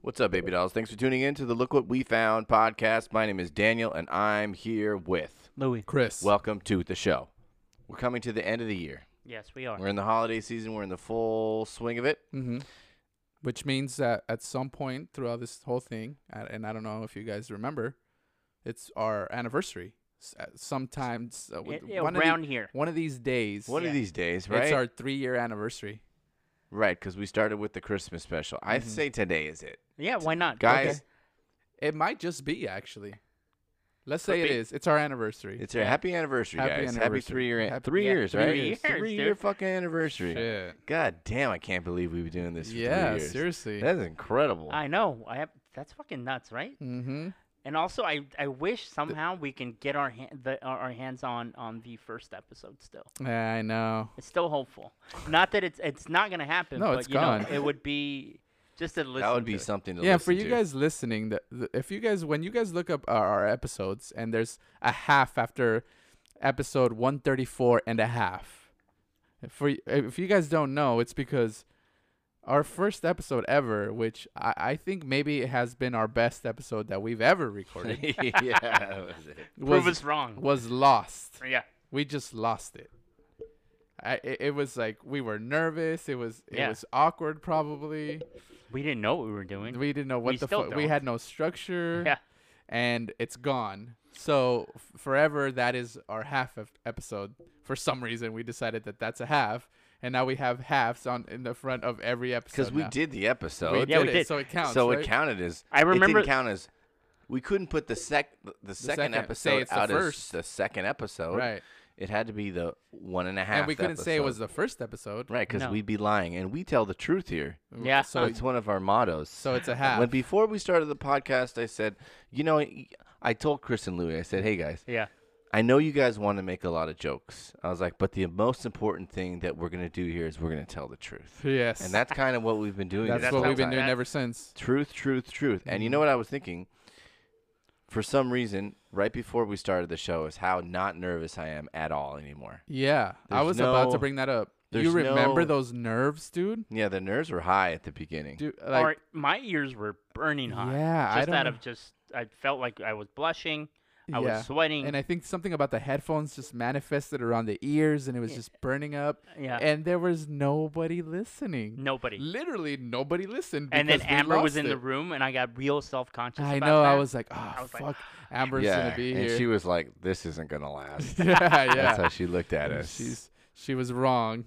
What's up, baby dolls? Thanks for tuning in to the Look What We Found podcast. My name is Daniel, and I'm here with. Louis. Chris. Welcome to the show. We're coming to the end of the year. Yes, we are. We're in the holiday season. We're in the full swing of it. hmm Which means that at some point throughout this whole thing, a- and I don't know if you guys remember, it's our anniversary. S- uh, Sometimes uh, with- It- yeah, one, around of the- here. one of these days, One of Yeah. these days, right? it's our three-year anniversary. right, because we started with the Christmas special. I Mm-hmm. say today is it, Yeah, why not? guys. It might just be actually. Let's say Could it be. is. It's our anniversary. It's a happy anniversary, Happy guys. Happy anniversary. three year, Happy- three yeah, years, three right? years, three year dude. fucking anniversary. Shit. God damn, I can't believe we've been doing this. For Yeah, three years. seriously. that's incredible. I know. I have, that's fucking nuts, right? mm-hmm. And also, I, I wish somehow we can get our ha- the, our our hands on on the first episode. Still, I know. it's still hopeful. not that it's it's not gonna happen. No, but, it's you know, gone. it would be just to listen. that would be to. something to yeah, listen for you to. guys listening, the, the, if you guys when you guys look up our, our episodes and there's a half after episode 134 and a half. For y- if you guys don't know, it's because our first episode ever, which I, I think maybe it has been our best episode that we've ever recorded, yeah, that was it. Prove was us wrong. was lost. yeah, We just lost it. I, it, it was like we were nervous. It was it Yeah. was awkward probably. we didn't know what we were doing. We didn't know what We the still fuck. We don't. had no structure. Yeah. And it's gone. So f- forever, that is our half of episode. For some reason, we decided that that's a half, and now we have halves on in the front of every episode. Because we now. did the episode. We Yeah, we did it, did. so it counts. so it right? counted as. I It remember- didn't count as. We couldn't put the sec the, second, second- say episode it's the out as first. the second episode. Right. It had to be the one and a half. And we couldn't say it episode. was the first episode. right because No. we'd be lying, and we tell the truth here. W- Yeah. So it's one of our mottos. Oh, so it's a half. When before we started the podcast, I said, you know, I told Chris and Louie, I said, hey guys, yeah, I know you guys want to make a lot of jokes. I was like, but the most important thing that we're gonna do here is we're gonna tell the truth, yes. and that's kind of what we've been doing. that's this that's what whole we've been time. doing That's- ever since. Truth, truth, truth. And you Mm-hmm. know what I was thinking? For some reason, right before we started the show, is how not nervous I am at all anymore. Yeah. I There's was about no- to bring that up. You there's remember no- those nerves, dude? Yeah, the nerves were high at the beginning. Dude, like or my ears were burning hot. Yeah, I just out don't- of just I felt like I was blushing. I yeah. was sweating. and I think something about the headphones just manifested around the ears, and it was just burning up. Yeah. And there was nobody listening. Nobody. Literally nobody listened. and then because we Amber was lost in the it. room, and I got real self conscious. I know. I was like, oh I was fuck, like, "Ah, Amber's yeah, gonna be and here. she was like, "This isn't gonna last." yeah, That's yeah. how she looked at us. She's she was wrong,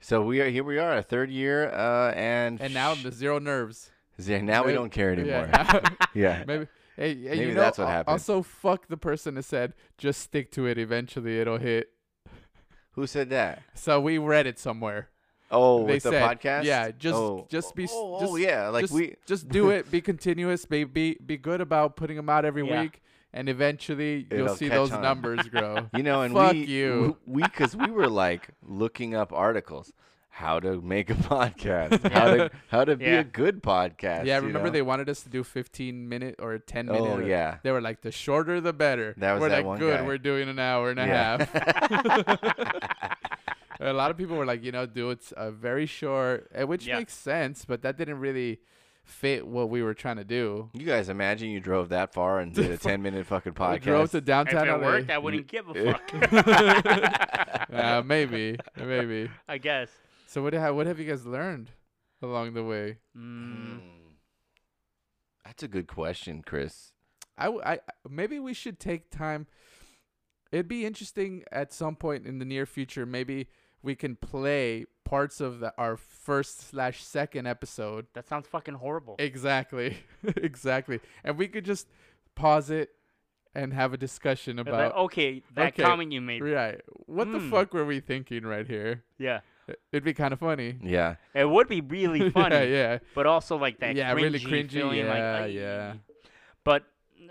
So we are here. We are a third year, uh, and and now sh- the zero nerves. yeah, now we maybe- don't care anymore. Yeah, Yeah. Maybe. Hey, hey, Maybe you know, that's what al- happened. Also, fuck the person that said, just stick to it. Eventually, it'll hit. who said that? So we read it somewhere. Oh, they with the said, podcast. Yeah, just Oh. just be. s- Oh, just, oh, yeah, like just- we. just do it. Be continuous. Be be, be good about putting them out every Yeah. week, and eventually It'll you'll see catch those on. numbers grow. You know, and Fuck we, you. we, because we were like looking up articles, how to make a podcast, how to how to be Yeah. a good podcast. yeah, you remember know? they wanted us to do 15 minute or 10 minute. Oh or- yeah, They were like, the shorter the better. That was we're that like, one good. guy. We're doing an hour and a Yeah. half. a lot of people were like, you know, do it's uh, very short, uh, which Yeah. makes sense, but that didn't really fit what we were trying to do. You guys imagine you drove that far and did a ten minute fucking podcast. We drove to if downtown it LA. worked, I wouldn't give a fuck. uh, maybe, maybe. I guess. So what have what have you guys learned along the way? Mm, Mm. That's a good question, Chris. I, w- I- maybe we should take time. It'd be interesting at some point in the near future. Maybe we can play parts of the, our first slash second episode. that sounds fucking horrible. Exactly, exactly. And we could just pause it and have a discussion It's like, about okay, that okay, comment you made. right. What the Mm. fuck were we thinking right here? yeah, It'd be kind of funny. Yeah. it would be really funny, yeah, yeah. but also like that. Yeah, really cringy, Feeling, like, yeah, "Ay." yeah. But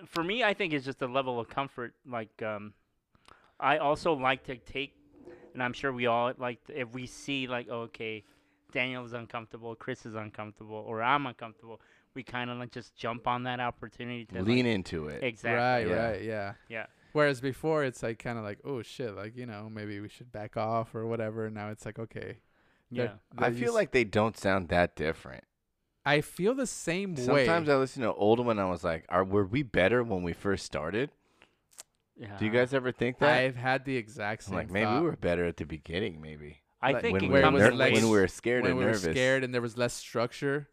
for me, I think it's just a level of comfort. Like, um, I also like to take, and I'm sure we all like to- if we see like, oh, okay, Daniel's uncomfortable, Chris is uncomfortable, or I'm uncomfortable. We kind of like just jump on that opportunity to like, Lean into it. exactly. Right, Yeah. right, yeah. Yeah. Whereas before it's like kind of like, oh shit, like you know, maybe we should back off or whatever. Now it's like, okay, Yeah. they're- I they're feel used- like they don't sound that different. I feel the same way. Sometimes I listen to old one. I was like, "Are were we better when we first started?" Yeah. Do you Uh-huh. guys ever think that? I've had the exact I'm same. like, maybe thought. we were better at the beginning. Maybe I like, think when it we, were it comes ner- in less- when waves. we were scared when and we were nervous, scared and there was less structure.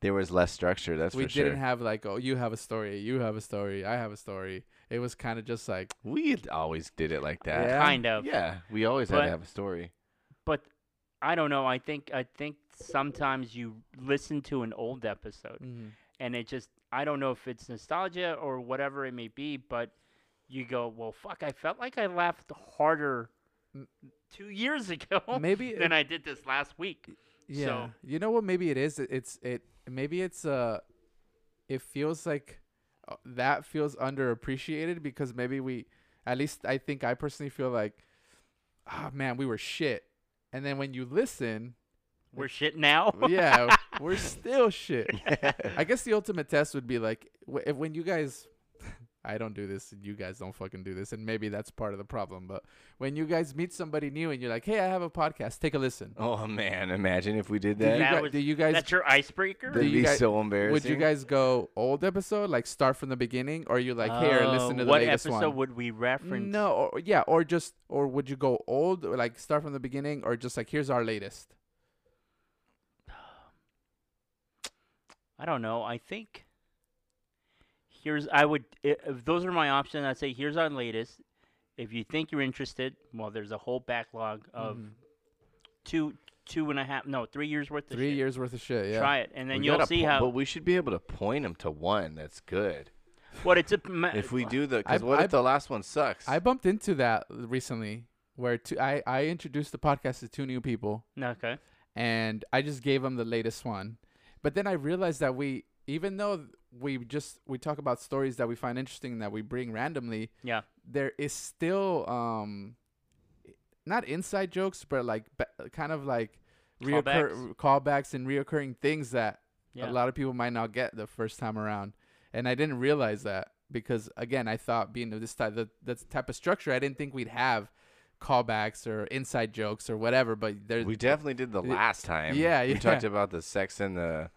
there was less structure. That's we for didn't sure. have like, oh, you have a story, you have a story, I have a story. It was kind of just like, we always did it like that. Yeah. kind of. Yeah, we always had But- to have a story. But I don't know. I think I think sometimes you listen to an old episode mm. and it just I don't know if it's nostalgia or whatever it may be, but you go, well, fuck, I felt like I laughed harder M- two years ago maybe than I did this last week. Yeah. So- You know what? Maybe it is. It- It's it. Maybe it's uh, it feels like uh, that feels underappreciated because maybe we, at least I think I personally feel like, ah man, we were shit. And then when you listen, We're shit now. yeah, we're still shit. I I, guess the ultimate test would be like w- if when you guys, I don't do this, and you guys don't fucking do this, and maybe that's part of the problem. But when you guys meet somebody new and you're like, hey, I have a podcast, take a listen. oh man, imagine if we did Do you, that. That guy- was- do you guys That's your icebreaker. That'd you be guys- so embarrassing. would you guys go old episode like start from the beginning or you like here listen to the Oh, what latest episode one would we reference? no or, yeah or just or would you go old or, like start from the beginning or just like here's our latest I don't know. I think here's I would i- if those are my options. I'd say here's our latest. If you think you're interested, well, there's a whole backlog of Mhm. two, two and a half, no, three years worth of three shit. years worth of shit yeah Try it, and then We you'll gotta see po- how. But we should be able to point them to one that's good. what it's a ma- If we do the, I- because what I- if the last one sucks? i bumped into that recently where two, I, I introduced the podcast to two new people Okay. and I just gave them the latest one. But then I realized that we, even though we just we talk about stories that we find interesting that we bring randomly, Yeah. there is still um, not inside jokes, but like ba- kind of like reoccur callbacks, and reoccurring things that Yeah. a lot of people might not get the first time around. And I didn't realize that because again, I thought being of this type, the, that type of structure, I didn't think we'd have callbacks or inside jokes or whatever. But there's we definitely did the Yeah, last time. yeah. We talked about the sex and the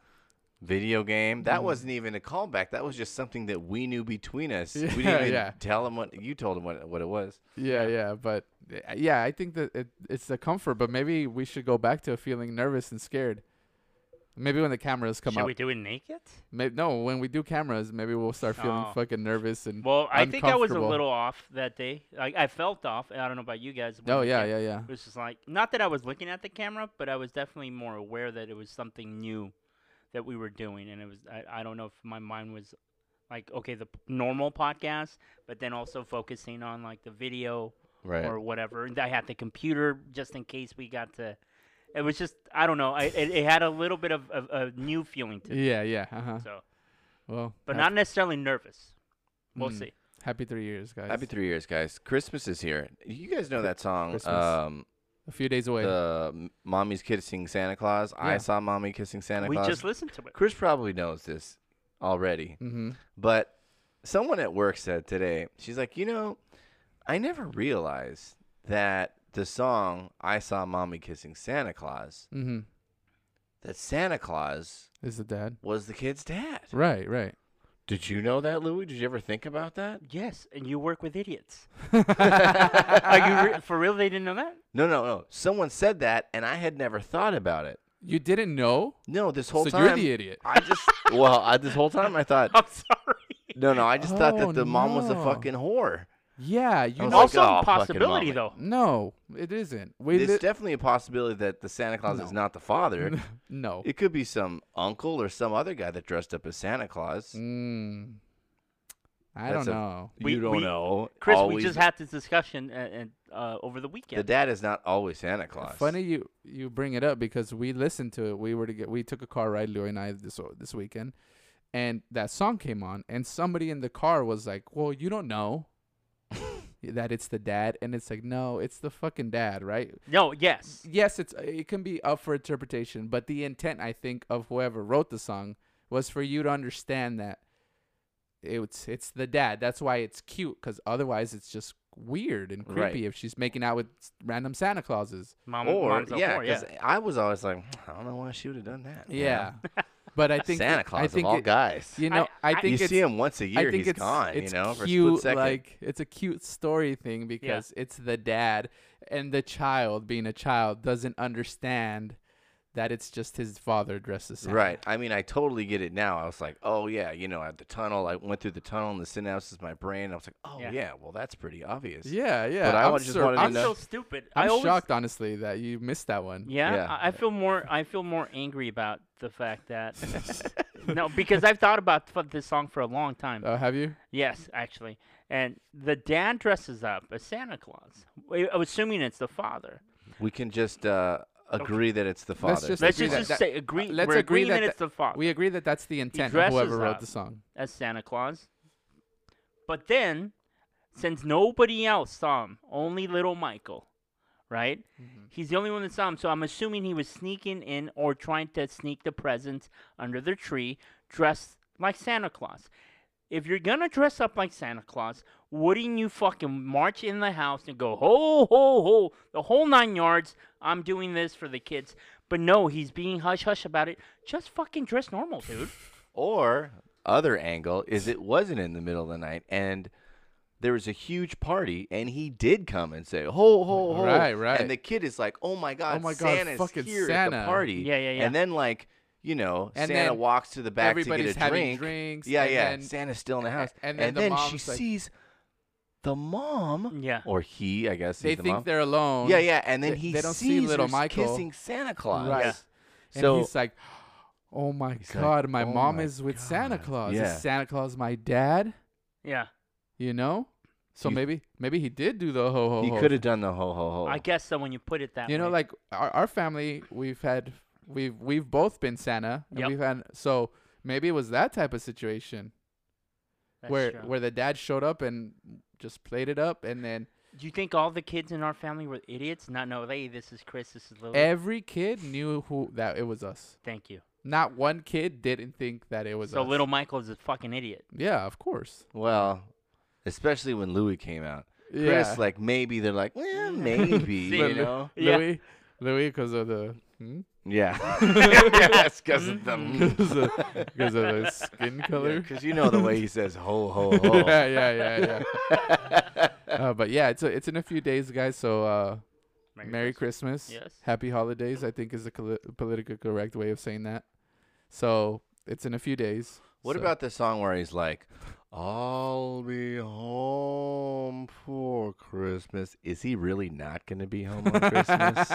video game. That wasn't even a callback. That was just something that we knew between us. we Yeah, didn't even yeah. tell him what you told him what what it was. Yeah, yeah, but uh, yeah, I think that it, it's the comfort, but maybe we should go back to feeling nervous and scared. Maybe when the cameras come Should up. we do it naked? May no, when we do cameras, maybe we'll start feeling Oh. fucking nervous and. Well, I think I was a Uncomfortable. little off that day. Like I felt off. and I don't know about you guys. when oh the yeah, cam- yeah, yeah. It was just like not that I was looking at the camera, but I was definitely more aware that it was something new that we were doing, and it was I, I don't know if my mind was like okay the p- normal podcast, but then also focusing on like the video Right. or whatever. And I had the computer just in case we got to. It was just I don't know. I, it, it had a little bit of, of a new feeling to it. Yeah, yeah. Uh-huh. So, Well, but hap- not necessarily nervous. We'll Hmm. Mm. see. happy three years, guys. Happy three years, guys. Christmas is here. You guys know that song. Christmas. Um, a few days away. the M- mommy's kissing Santa Claus. Yeah. I saw mommy kissing Santa we Claus. just listened to it. Chris probably knows this already, mm-hmm. but someone at work said today, she's like, you know, I never realized that the song I Saw Mommy Kissing Santa Claus, Mm-hmm. that Santa Claus Is the dad? was the kid's dad. Right, right. Did you know that, Louie? Did you ever think about that? Yes, and you work with idiots. Are Are you re- for real? They didn't know that. No, no, no. Someone said that, and I had never thought about it. you didn't know? No, this whole so time. you're the idiot. I just well, I, this whole time I thought I'm sorry. no, no. I just thought Oh, that the mom was a no. fucking whore. Yeah, you was like, know. also "Oh, a fucking mommy." possibility though. no, it isn't. We It's li- definitely a possibility that the Santa Claus is No. not the father. no. it could be some uncle or some other guy that dressed up as Santa Claus. Mm. I That's don't a- know. We- you don't we- know. Chris, we Always- just had this discussion uh, and, uh, over the the weekend. dad is not always Santa Claus. Funny you you bring it up because we listened to it. We were to get we took a car ride, Louie and I this this weekend, and that song came on, and somebody in the car was like, "Well, you don't know that it's the dad," and it's like, "No, it's the fucking dad, right?" no, yes. Yes, it's it can be up for interpretation, but the intent I think of whoever wrote the song was for you to understand that it's it's the dad. That's why it's cute, because otherwise it's just weird and Right. creepy if she's making out with s- random Santa Clauses. Mom, Or mom's a yeah, whore, yeah. "Hmm, I was always like, I don't know why she would have done that. you know? Yeah. But I think Santa Claus I think of all it- guys. You know, I, I- think you it's, see him once a year. I think he's it's, gone. It's you know, for cute, a split second. like it's a cute story thing because it's the dad and the child being a child doesn't understand that it's just his father dressed as Santa. Right. I mean, I totally get it now. I was like, oh yeah, you know, at the tunnel, I went through the tunnel and the synapses of my brain. I was like, oh yeah, Yeah. well that's pretty obvious. Yeah, yeah. But I I'm wa- just sur- wanted to I'm, I'm know- so stupid. I I'm always, shocked, honestly, that you missed that one. Yeah, Yeah. I, I feel more. I feel more angry about the fact that no, because I've thought about th- this song for a long time. Oh, have you? yes, actually, and the dad dresses up as Santa Claus. I- I'm assuming it's the father. We can just uh, agree that it's the father. Let's just Let's agree just, that- that- say agree. let's we're agree agreeing that that, the- it's the father Uh, We agree that that's the intent of whoever dresses wrote up. the song. as Santa Claus. But then, since nobody else saw him, only little Michael, right? He's the only one that saw him. So I'm assuming he was sneaking in or trying to sneak the presents under the tree dressed like Santa Claus. If you're gonna dress up like Santa Claus, wouldn't you fucking march in the house and go ho ho ho the whole nine yards? I'm doing this for the kids, but no, he's being hush hush about it. Just fucking dress normal, dude. Or other angle is it wasn't in the middle of the night and there was a huge party and he did come and say ho ho ho Right, right. and the kid is like oh my god Oh my God, Santa's fucking here at Santa." the party Yeah, yeah, yeah. and then like you know And Santa then walks to the back to everybody's get a having drink drinks, yeah and yeah then- Santa's still in the house and then the she mom's like- sees the mom Yeah. or he I guess They he's the think mom. they're alone. yeah yeah and then They- he they don't see sees little her Michael. kissing Santa Claus Right. Yeah. And so he's like, "Oh my He's like, god, my "Oh mom my is with Santa God." Claus. Yeah. Is Santa Claus my dad? Yeah, You know? So You- maybe maybe he did do the ho ho he ho. could have done the ho ho ho I guess so. When you put it that Oh. You way, know, like our, our family, we've had we've we've both been Santa. and Yep. We've had so maybe it was that type of situation That's where true. where the dad showed up and just played it up, and then Do you think all the kids in our family were idiots? Not know, hey, this is Chris, this is Lily. every kid knew who that it was us. Thank you. Not one kid didn't think that it was So us. little Michael is a fucking idiot. yeah, of course. Well, especially when Louis came out. Yeah. Chris, like maybe they're like, well, maybe, See, you know? Yeah. Louis, Louis, because of the. Hmm? Yeah. yes, because of them. because of, 'cause of the skin color. Because you know the way he says ho ho ho. yeah, yeah, yeah, yeah. uh, but yeah, it's a, it's in a few days, guys. So uh, Merry, Christmas. Yes. Happy holidays. I think is the col- politically correct way of saying that. So it's in a few days. What so- about the song where he's like, I'll be home for Christmas? Is he really not going to be home on Christmas?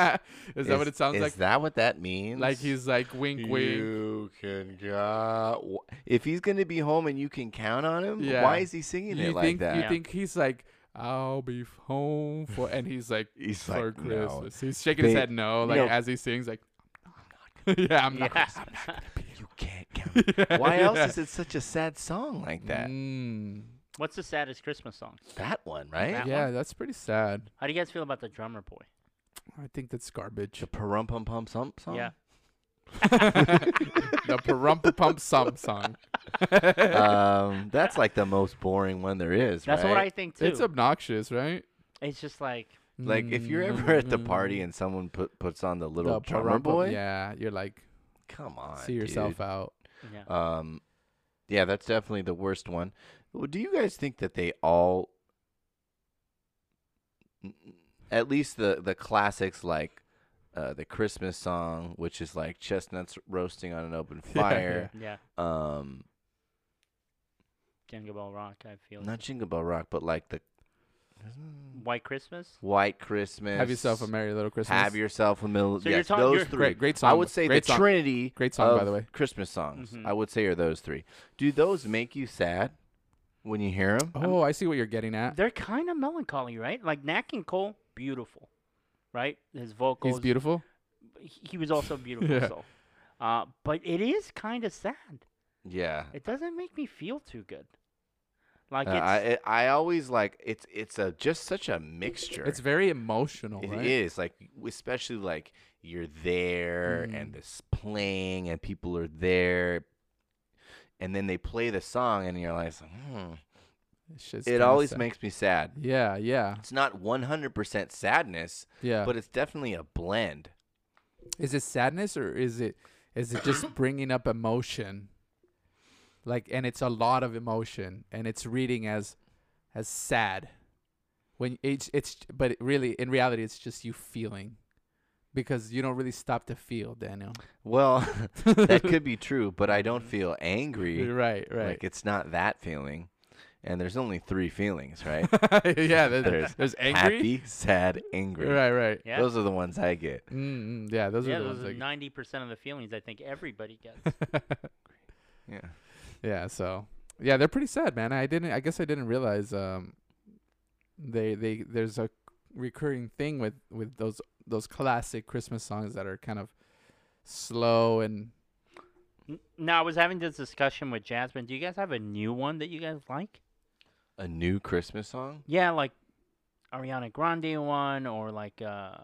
is that what it sounds is like? that what that means? Like he's like wink, wink. You can count. If he's going to be home and you can count on him, Yeah. why is he singing you it think like that? you Yeah. think he's like I'll be home for, and he's like He's for like, no. Christmas. He's shaking his They- head no, you like know- as he sings like. yeah, I'm not. Yeah. You can't count. Why else is it such a sad song like that? Mm, What's the saddest Christmas song? That one, right? That yeah, one? that's pretty sad. How do you guys feel about the drummer boy? I think that's garbage. The perum pum pum sump song. Yeah. the Parumpa Pump Sum song. um, that's like the most boring one there is. That's what right? I think too. It's, It's obnoxious, right? just like Mm, like. If you're ever at the party and someone put, puts on the little The drummer Parumpa- boy, Yeah, you're like, come on, see yourself dude. out. yeah. Uh, Um, yeah, that's definitely the worst one. Well, Do you guys think that they all, at least the the classics like uh, the Christmas song, which is like chestnuts roasting on an open yeah. fire, yeah. um, Jingle Bell Rock, I feel. not Jingle Bell Rock, but like the White Christmas? White Christmas, Have yourself a merry little Christmas. Have yourself a middle. So yes, you're talking- those you're- three. great, great song. I would say great the song. Trinity. Great song, by of the way. Christmas songs. Mhm. I would say are those three. Do those make you sad when you hear them? Oh, I see what you're getting at. They're kind of melancholy, right? Like Knack and Cole, beautiful, right? His vocals. He's beautiful. he- He was also beautiful. Yeah. So, uh, but it is kind of sad. Yeah. It doesn't make me feel too good. Like Uh, it's I it- I always like it's it's a just such a mixture. It's very emotional, It right? is, like especially like you're there Mm. and this playing and people are there, and then they play the song and you're like, hmm. It's just it kinda always sad. makes me sad. Yeah, yeah, It's not 100% sadness, yeah. but it's definitely a blend. is it sadness or is it is it just bringing up emotion like and it's a lot of emotion and it's reading as as sad when it's it's but really in reality it's just you feeling because you don't really stop to feel daniel Well, that could be true, but I don't feel angry. right right Like it's not that feeling. And there's only three feelings, right? yeah there- There's there's, angry Happy, sad, angry. right right Yeah. Those are the ones I get. Mm, mm, yeah those yeah, are the those ones are that- ninety percent of the feelings I think everybody gets. Yeah. yeah so yeah they're pretty sad man i didn't i guess i didn't realize um they they there's a recurring thing with with those those classic christmas songs that are kind of slow and N- Now I was having this discussion with Jasmine. Do you guys have a new one that you guys like? A new Christmas song? Yeah, like Ariana Grande one or like uh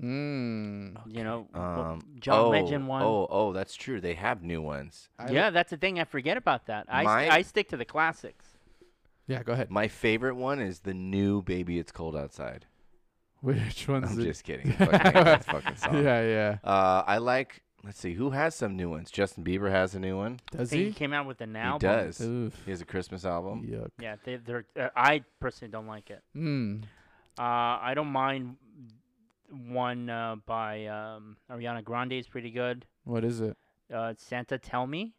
mm, you know wh- Um, John oh, Legend one. Oh, oh, that's true. They have new ones. I- yeah, that's the thing. I forget about that. I st- My- I stick to the classics. yeah go ahead My favorite one is the new "Baby It's Cold Outside." which one's I'm it? just kidding. I fucking hate that fucking song. yeah yeah Uh, I like. Let's see, who has some new ones? Justin Bieber has a new one. I does think he he came out with an He album. does. Oof, He has a Christmas album. yuck Yeah, they, they're. Uh, I personally don't like it. mm. Uh, I don't mind one uh, by um, Ariana Grande is pretty good. what is it Uh, Santa Tell Me.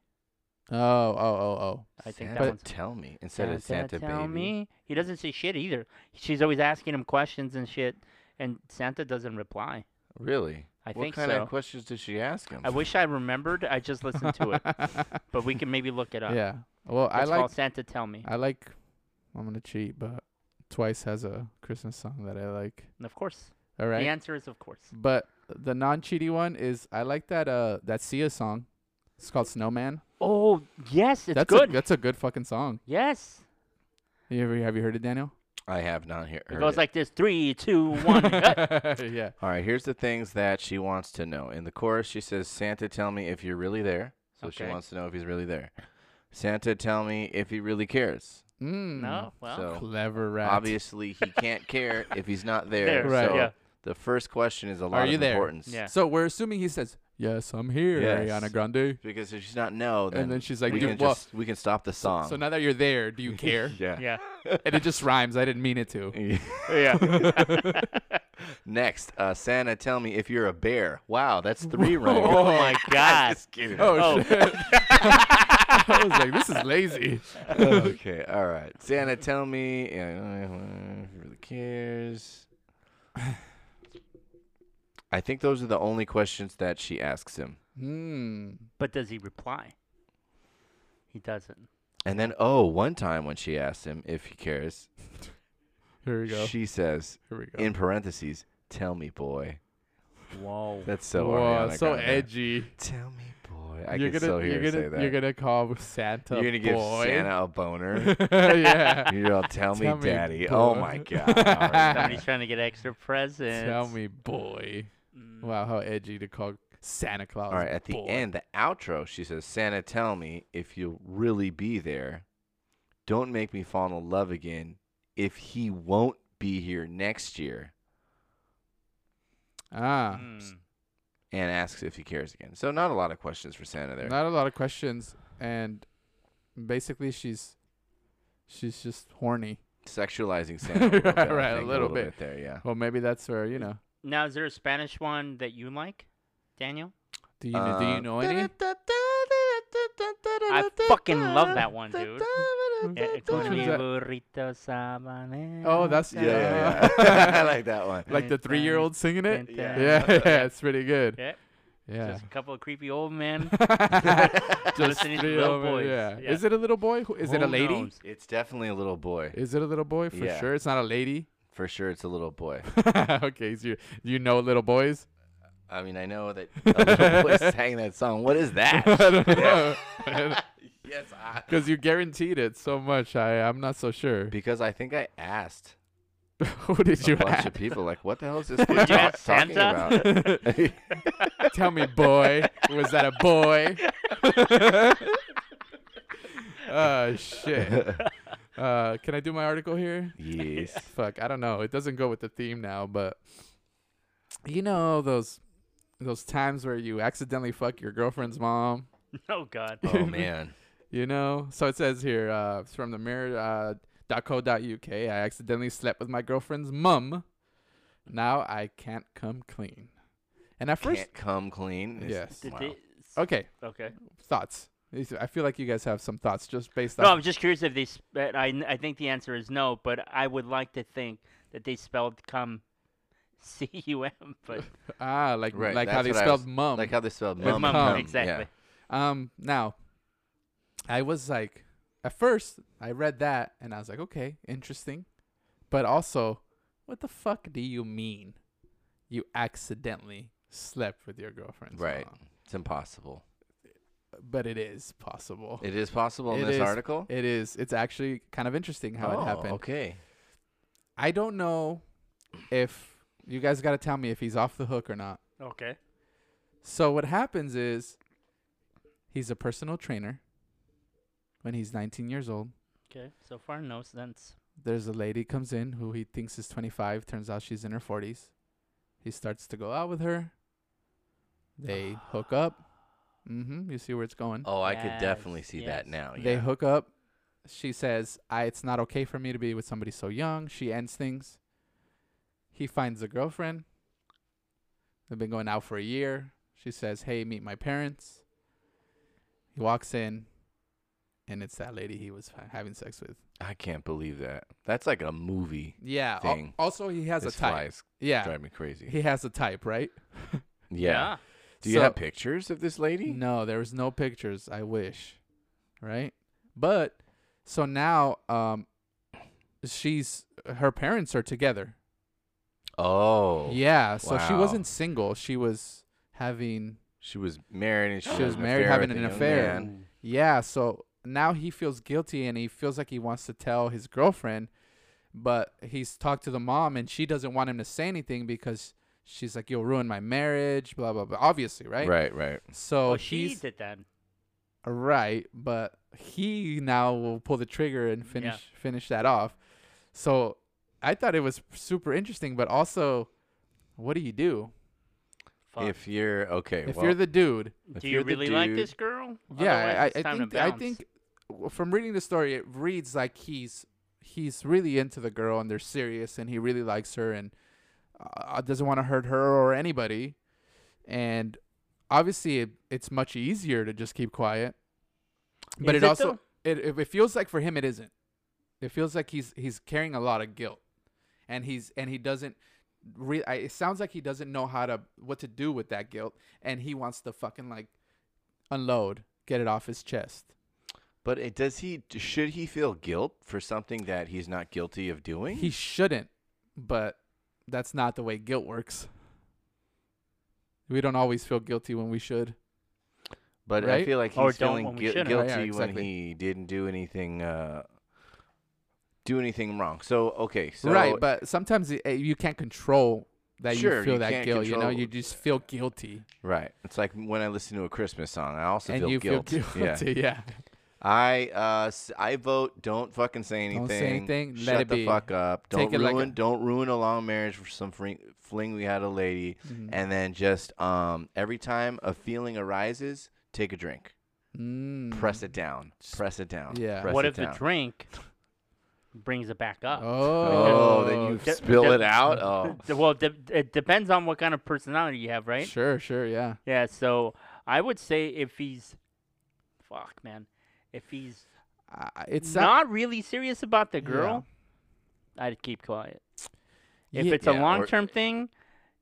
oh oh oh I think Santa that one's. tell me instead of Santa tell baby. me. He doesn't say shit either. She's always asking him questions and shit, and Santa doesn't reply. Really? I what think kind so. of questions does she ask him? I wish I remembered. I just oh listened to it, but we can maybe look it up. yeah well i It's like called Santa Tell Me. I like. I'm gonna cheat, but Twice has a Christmas song that I like. And of course, All right, the answer is of course. but the non-cheaty one is I like that uh that Sia song. It's called Snowman. Oh yes, it's that's good. A, that's a good fucking song. yes. You ever have you heard it, Daniel? I have not hear- heard. It goes it. like this: three, two, one. cut. yeah. All right, here's the things that she wants to know. In the chorus, she says, Santa, tell me if you're really there. So she Okay. wants to know if he's really there. Santa, tell me if he really cares. Mm. No, well, so Clever rat. obviously, he can't care if he's not there. There, Right. So yeah. the first question is a lot you of there? importance. Yeah. So we're assuming he says yes, I'm here, Yes. Ariana Grande. Because if she's not no, then, and then she's like, we, "Dude, can well, just, we can stop the song. so now that you're there, do you care? yeah. yeah, and it just rhymes. I didn't mean it to. yeah. Next, uh, Santa, tell me if you're a bear. Wow, that's three rhymes. oh my god. Just kidding. Oh, Oh. shit. I was like, this is lazy. Uh, okay, all right. Santa, tell me uh, if he really cares. I think those are the only questions that she asks him. Hmm. But does he reply? He doesn't. And then, oh, one time when she asked him if he cares, Here we go. she says Here we go. in parentheses, "Tell me, boy." Whoa. That's so Whoa, Ariana so Grande. edgy. Tell me, boy. I you're can gonna, still hear you're her gonna, say that. You're gonna call Santa. You're gonna give boy. Santa a boner. yeah. You're gonna tell me, Tell me, daddy. Oh boy. my god. Ariana. Somebody's trying to get extra presents. Tell me, boy. Mm. Wow, how edgy to call Santa Claus. All right, at the boy. end, the outro, she says, Santa, tell me if you'll really be there. Don't make me fall in love again if he won't be here next year. Ah, Mm. And asks if he cares again. So, not a lot of questions for Santa there. not a lot of questions, and basically she's, she's just horny. Sexualizing Santa. A little bit, Right, I right, a think, little bit. bit. there, yeah. Well, maybe that's where you know. Now, is there a Spanish one that you like, Daniel? Do you kn- do you Um, know any? I fucking love that one, dude. Eh, which con one's mi that? burrito sabanero. Oh, that's- Yeah, Sa- yeah, yeah. I like that one. Like the three-year-old singing it? Yeah. Yeah, yeah, it's pretty good. Yeah. Yeah. Just a couple of creepy old men. listening Just to three little of them, boys. Yeah. Yeah. Is it a little boy? Who- Is it a Who lady? knows? It's definitely a little boy. Is it a little boy? For Yeah. sure, it's not a lady. For sure, it's a little boy. okay, so you you know little boys. I mean, I know that a little boy sang that song. What is that? I don't know. yes, I. Because you guaranteed it so much, I I'm not so sure. Because I think I asked Who did a you bunch ask? of people, like, what the hell is this kid you ta- ask talking Santa? about? Tell me, boy, was that a boy? oh shit. Uh, can I do my article here? yes. Fuck, I don't know. It doesn't go with the theme now, but you know those those times where you accidentally fuck your girlfriend's mom. Oh God. Oh man. You know, so it says here uh, it's from the mirror uh, dot co dot uk. I accidentally slept with my girlfriend's mum. Now I can't come clean. And at 1st Can't come clean. It's- Yes. Did wow. they- okay, okay. thoughts. These- I feel like you guys have some thoughts just based No, on. I'm just curious if they. Sp- uh, I kn- I think the answer is no, but I would like to think that they spelled cum, C U M. But ah, like Right, like that's how they what I spelled was- mum. Like how they spelled With mum. mum, and cum, exactly. Um, now, I was like, at first, I read that and I was like, okay, interesting, but also, what the fuck do you mean? You accidentally slept with your girlfriend's Right. mom? It's impossible. But it is possible. It is possible in It this is article. it is. It's actually kind of interesting how oh, it happened. Okay. I don't know if you guys got to tell me if he's off the hook or not. okay. So what happens is he's a personal trainer when he's 19 years old. Okay. So far, no sense. There's a lady comes in who he thinks is 25, turns out she's in her 40s. He starts to go out with her. They hook up. Mhm, you see where it's going. Oh, I could definitely Yes, see that yes. now. They yeah. hook up. She says, "I it's not okay for me to be with somebody so young." She ends things. He finds a girlfriend. They've been going out for a year. She says, "Hey, meet my parents." He walks in, and it's that lady he was ha- having sex with. I can't believe that. That's like a movie. Yeah. al- Thing. also, he has This a type. flies Yeah. drive me crazy. He has a type, right? yeah. Ah. Do you So- have pictures of this lady? No, there was no pictures. I wish, right? But so now, um, she's her parents are together. Oh. Yeah, so she wow. wasn't single. She was having. She was married and she, She had was an married, affair having with an a young affair. man. Yeah, so now he feels guilty and he feels like he wants to tell his girlfriend, but he's talked to the mom and she doesn't want him to say anything because she's like, "You'll ruin my marriage." Blah blah blah. Obviously, right? Right, right. So Oh, she he's- did that. Right, but he now will pull the trigger and finish finish that off. So I thought it was super interesting, but also, what do you do Fuck. If you're okay, if well, you're the dude? if Do you're you the really like dude- this girl? Otherwise, Yeah, it's I, I time think to I bounce. think w- from reading the story, it reads like he's he's really into the girl and they're serious and he really likes her and uh, doesn't want to hurt her or anybody. And obviously, it, it's much easier to just keep quiet. But Is it it also though? it, it it feels like for him it isn't. It feels like he's he's carrying a lot of guilt, and he's and he doesn't. Re- I, it sounds like he doesn't know how to what to do with that guilt, and he wants to fucking like unload, get it off his chest. But it, does he? Should he feel guilt for something that he's not guilty of doing? He shouldn't, but that's not the way guilt works. We don't always feel guilty when we should. but I right? Oh, feel like he's Or don't feeling when we gui- shouldn't. guilty Yeah, exactly. when he didn't do anything. Uh, do anything wrong. So okay, so right, but sometimes y- eh, you can't control that Sure, you feel you that can't guilt, you know? control- You just feel guilty right. It's like when I listen to a Christmas song, I also and feel you guilt. feel Yeah. guilty. Yeah. I uh s- I vote don't fucking say anything. Don't say anything. Shut Let it the be. fuck up. Don't Take it like ruin a- don't ruin a long marriage for some fring, fling we had a lady. Mm-hmm. And then just um every time a feeling arises, take a drink. Mm. Press it down. Press it down. Yeah. Press what it if the down. drink brings it back up? Oh, Oh, then you de- spill de- it out. Oh. D- Well, de- it depends on what kind of personality you have, right? Sure, sure, yeah. Yeah. So I would say if he's, fuck, man, if he's I I- it's so- not really serious about the girl, I'd keep quiet. If yeah, it's Yeah, a or- long term thing,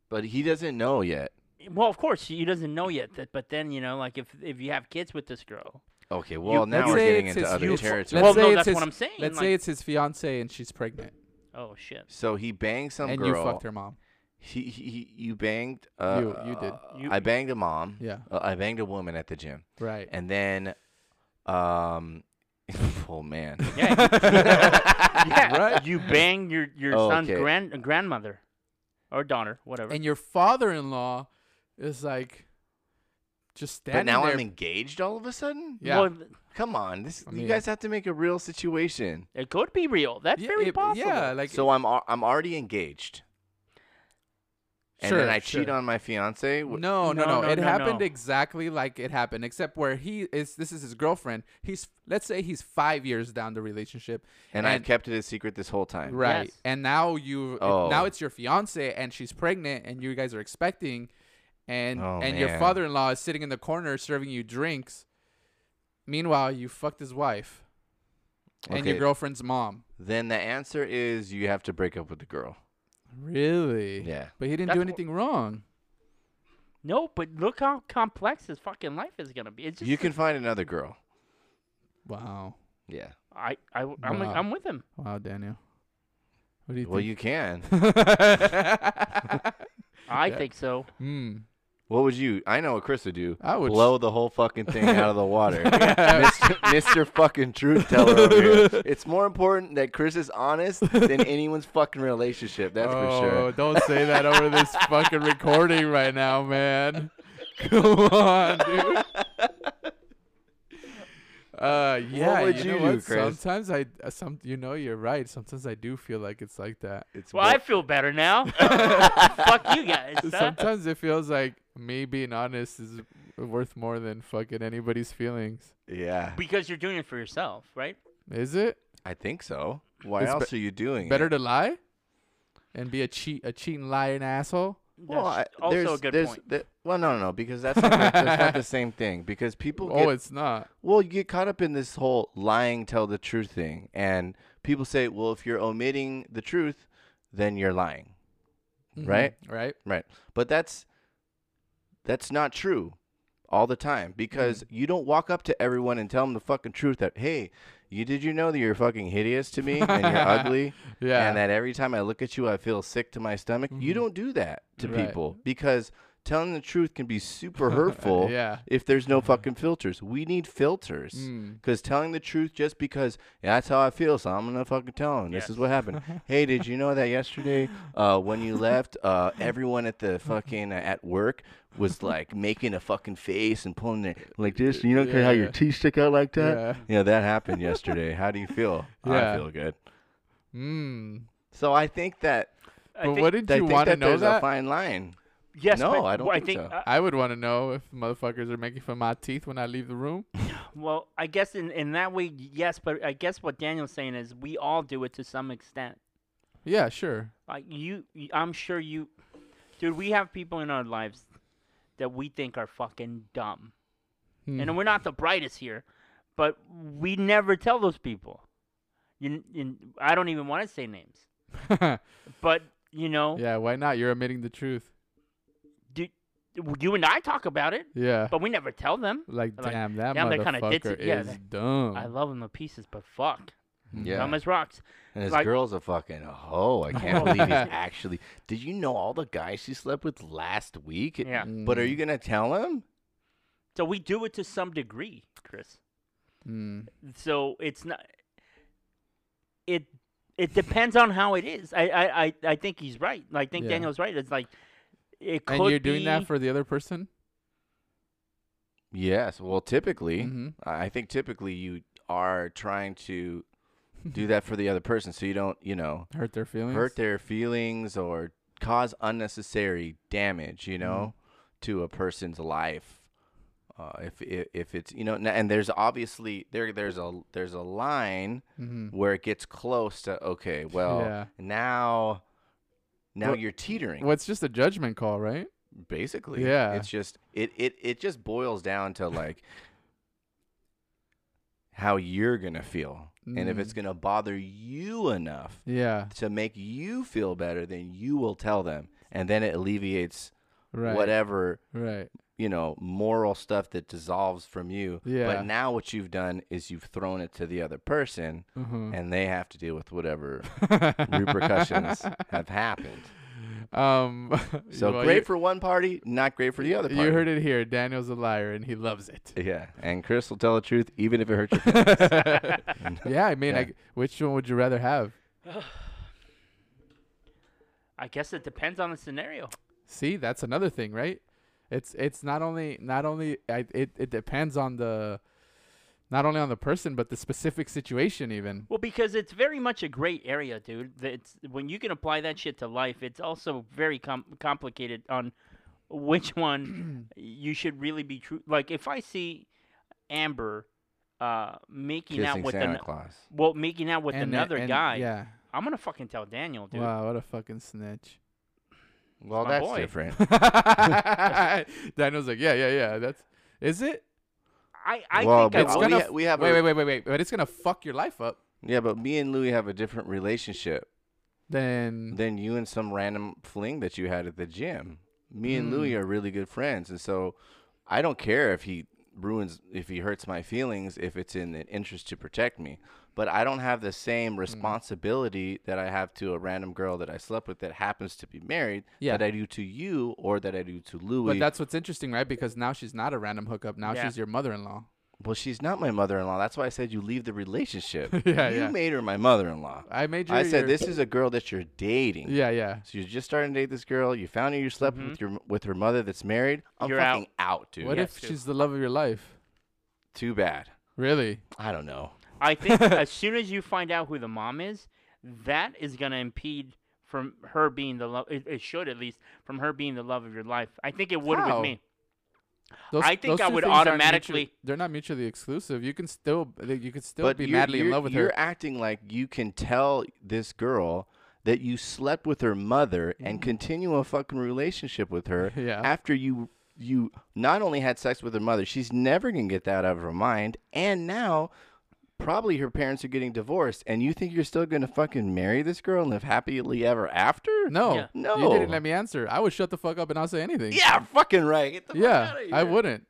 But he doesn't know yet. well, of course he doesn't know yet. That, but then you know, like if if you have kids with this girl, Okay, well now let's we're say getting it's into his other youth- territory. let's well, say no, it's that's his- what I'm saying. let's like, say it's his fiance and she's pregnant, oh shit, so he banged some and girl. you fucked her mom. He, he, he you banged uh, You- you did. You- I banged a mom. Yeah, Uh, I banged a woman at the gym. right. and then um oh man yeah, yeah, Right? you bang your your Oh, son's okay. grand grandmother or daughter, whatever. and your father-in-law is like just but standing now there. i'm engaged all of a sudden yeah, Well, th- come on this I you mean- guys have to make a real situation it could be real. That's yeah, very it- possible. Yeah, like so i'm al- i'm already engaged and Sure, then I cheat sure. on my fiance. w- No, No, no, no, no, It no, happened no. exactly like it happened, except where he is. This is his girlfriend. He's let's say he's five years down the relationship, and, I've kept it a secret this whole time. right. Yes. And now you, Oh. now it's your fiance, and she's pregnant, and you guys are expecting, and Oh, and your man. father-in-law is sitting in the corner serving you drinks. Meanwhile, you fucked his wife and your Okay. girlfriend's mom. Then the answer is you have to break up with the girl. Really? Yeah. But he didn't That's do wh- anything wrong. No, but look how complex his fucking life is gonna be. It's just You can find another girl. Wow. Yeah. I I am Wow. I'm with him. Wow, Daniel. What do you Well, think? you can. I Yeah. think so. Hmm. What would you? I know what Chris would do. I would blow the whole fucking thing out of the water. Mr. Mr. fucking truth teller over here. It's more important that Chris is honest than anyone's fucking relationship. That's oh, for sure. don't say that over this fucking recording right now, man. Come on, dude. Uh, yeah. would you, know you do, what? Chris? Sometimes I, uh, some, you know, you're right. Sometimes I do feel like it's like that. It's Well, more- I feel better now. Fuck you guys. huh? Sometimes it feels like me being honest is worth more than fucking anybody's feelings. yeah, Because you're doing it for yourself, right? Is it I think so. Why It's be- else are you doing better it? to lie and be a cheat, a cheating, lying asshole? Well, I, That's also a there's- good there's- point. there- well, no, no, no, because that's not, the, that's not the same thing. Because people Oh, get it's not. Well, you get caught up in this whole lying, tell the truth thing. And people say, well, if you're omitting the truth, then you're lying. Mhm. Right? Right. Right. But that's that's not true all the time Mm. because you don't walk up to everyone and tell them the fucking truth that, hey, you did you know that you're fucking hideous to me and you're ugly Yeah. and that every time I look at you I feel sick to my stomach. You Mhm. don't do that to Right. people because telling the truth can be super hurtful yeah. if there's no fucking filters. We need filters. Mm. Because telling the truth just because "Yeah, that's how I feel, so I'm gonna fucking tell him. This is what happened. hey, did you know that yesterday uh, when you left, uh, everyone at the fucking uh, at work was like making a fucking face and pulling their like this. You don't care how your Yeah. teeth stick out like that. Yeah. Yeah, that happened yesterday. How do you feel? Yeah. I feel good. Mm. So I think that I But think- wouldn't I you think want to that know there's that? a fine line. yes, No, but I don't I think so. uh, I would want to know if motherfuckers are making fun of my teeth when I leave the room. well, I guess in, in that way, yes, but I guess what Daniel's saying is we all do it to some extent. Yeah, sure. Like you, y- I'm sure you, dude. We have people in our lives that we think are fucking dumb, Hmm. and we're not the brightest here, but we never tell those people. You, n- you n- I don't even want to say names, Hmm. but you know, yeah, why not? You're admitting the truth. w- you and I talk about it, Yeah. but we never tell them. Like, like, damn, that damn, they're kinda motherfucker ditzy. Yeah, is they- dumb. Hmm. I love them to pieces, but fuck, Yeah. dumb as rocks. And his Like- girl's a fucking hoe. I Oh, can't believe he's actually. Did you know all the guys she slept with last week? Yeah. But are you gonna tell him? So we do it to some degree, Chris. Mm. so it's not it it depends on how it is i i i, I think he's right i think Yeah. daniel's right it's like it could And you're doing that be- for the other person? Yes. Well, typically, hmm I I think typically you are trying to do that for the other person, so you don't, you know, Hurt their feelings? hurt their feelings or cause unnecessary damage, Mm-hmm. you know, to a person's life. Uh, if, if if it's you know, n- and there's obviously there there's a there's a line hmm where it gets close to okay, well Yeah. now now What- you're teetering Well, it's just a judgment call, right? basically Yeah. it's just it it it just boils down to like how you're gonna feel and if it's Mm. gonna bother you enough Yeah. to make you feel better then you will tell them and then it alleviates Right. whatever Right. you know moral stuff that dissolves from you Yeah. but now what you've done is you've thrown it to the other person Mhm. and they have to deal with whatever repercussions have happened Um, so well, great you- for one party not great for the other party You heard it here. Daniel's a liar and he loves it. Yeah, and Chris will tell the truth even if it hurts your yeah, I mean, Yeah. I, which one would you rather have? i guess it depends on the scenario See, that's another thing, right? It's it's not only not only I, it it depends on the not only on the person but the specific situation even. Well, because it's very much a gray area, dude. That It's when you can apply that shit to life, it's also very com- complicated on which one you should really be true. Like if I see Amber uh, making out Kissing with Santa an- Claus. well, making out with And- uh, another and- guy, Yeah. I'm gonna fucking tell Daniel, dude. Wow, what a fucking snitch. Well, my that's boy. different. Daniel's like, yeah, yeah, yeah. That's is it? I I well, think but I It's we, would. gonna ha- we have Wait, a, wait, wait, wait, wait. But it's gonna fuck your life up. yeah, but me and Louis have a different relationship Then than you and some random fling that you had at the gym. Me and Louis Mm. are really good friends, and so I don't care if he ruins, if he hurts my feelings, if it's in an interest to protect me. But I don't have the same responsibility that I have to a random girl that I slept with that happens to be married Yeah. that I do to you or that I do to Louis. But that's what's interesting, right? Because now she's not a random hookup. Now Yeah. she's your mother-in-law. well, she's not my mother-in-law. That's why I said you leave the relationship. Yeah, you yeah. made her my mother-in-law. I made you. I said your- this is a girl that you're dating. Yeah, yeah. So you're just starting to date this girl. You found her. You slept with your with her mother that's married. I'm You're fucking out, dude. What Yes, if too. she's the love of your life? Too bad. Really? I don't know. I think as soon as you find out who the mom is, that is going to impede from her being the love. It, it should at least from her being the love of your life. I think it would How? with me. Those, I think those I two would things aren't mutual- automatically- they're not mutually exclusive. You can still you could still but be you're, madly in you're- love with you're her. acting like you can tell this girl that you slept with her mother and continue a fucking relationship with her Mm-hmm. Yeah. after you you not only had sex with her mother, she's never gonna get that out of her mind, and now probably her parents are getting divorced, and you think you're still gonna fucking marry this girl and live happily ever after? No, Yeah. No. You didn't let me answer. I would shut the fuck up and not say anything. Yeah, fucking right. Get the fuck Yeah, outta I here. wouldn't.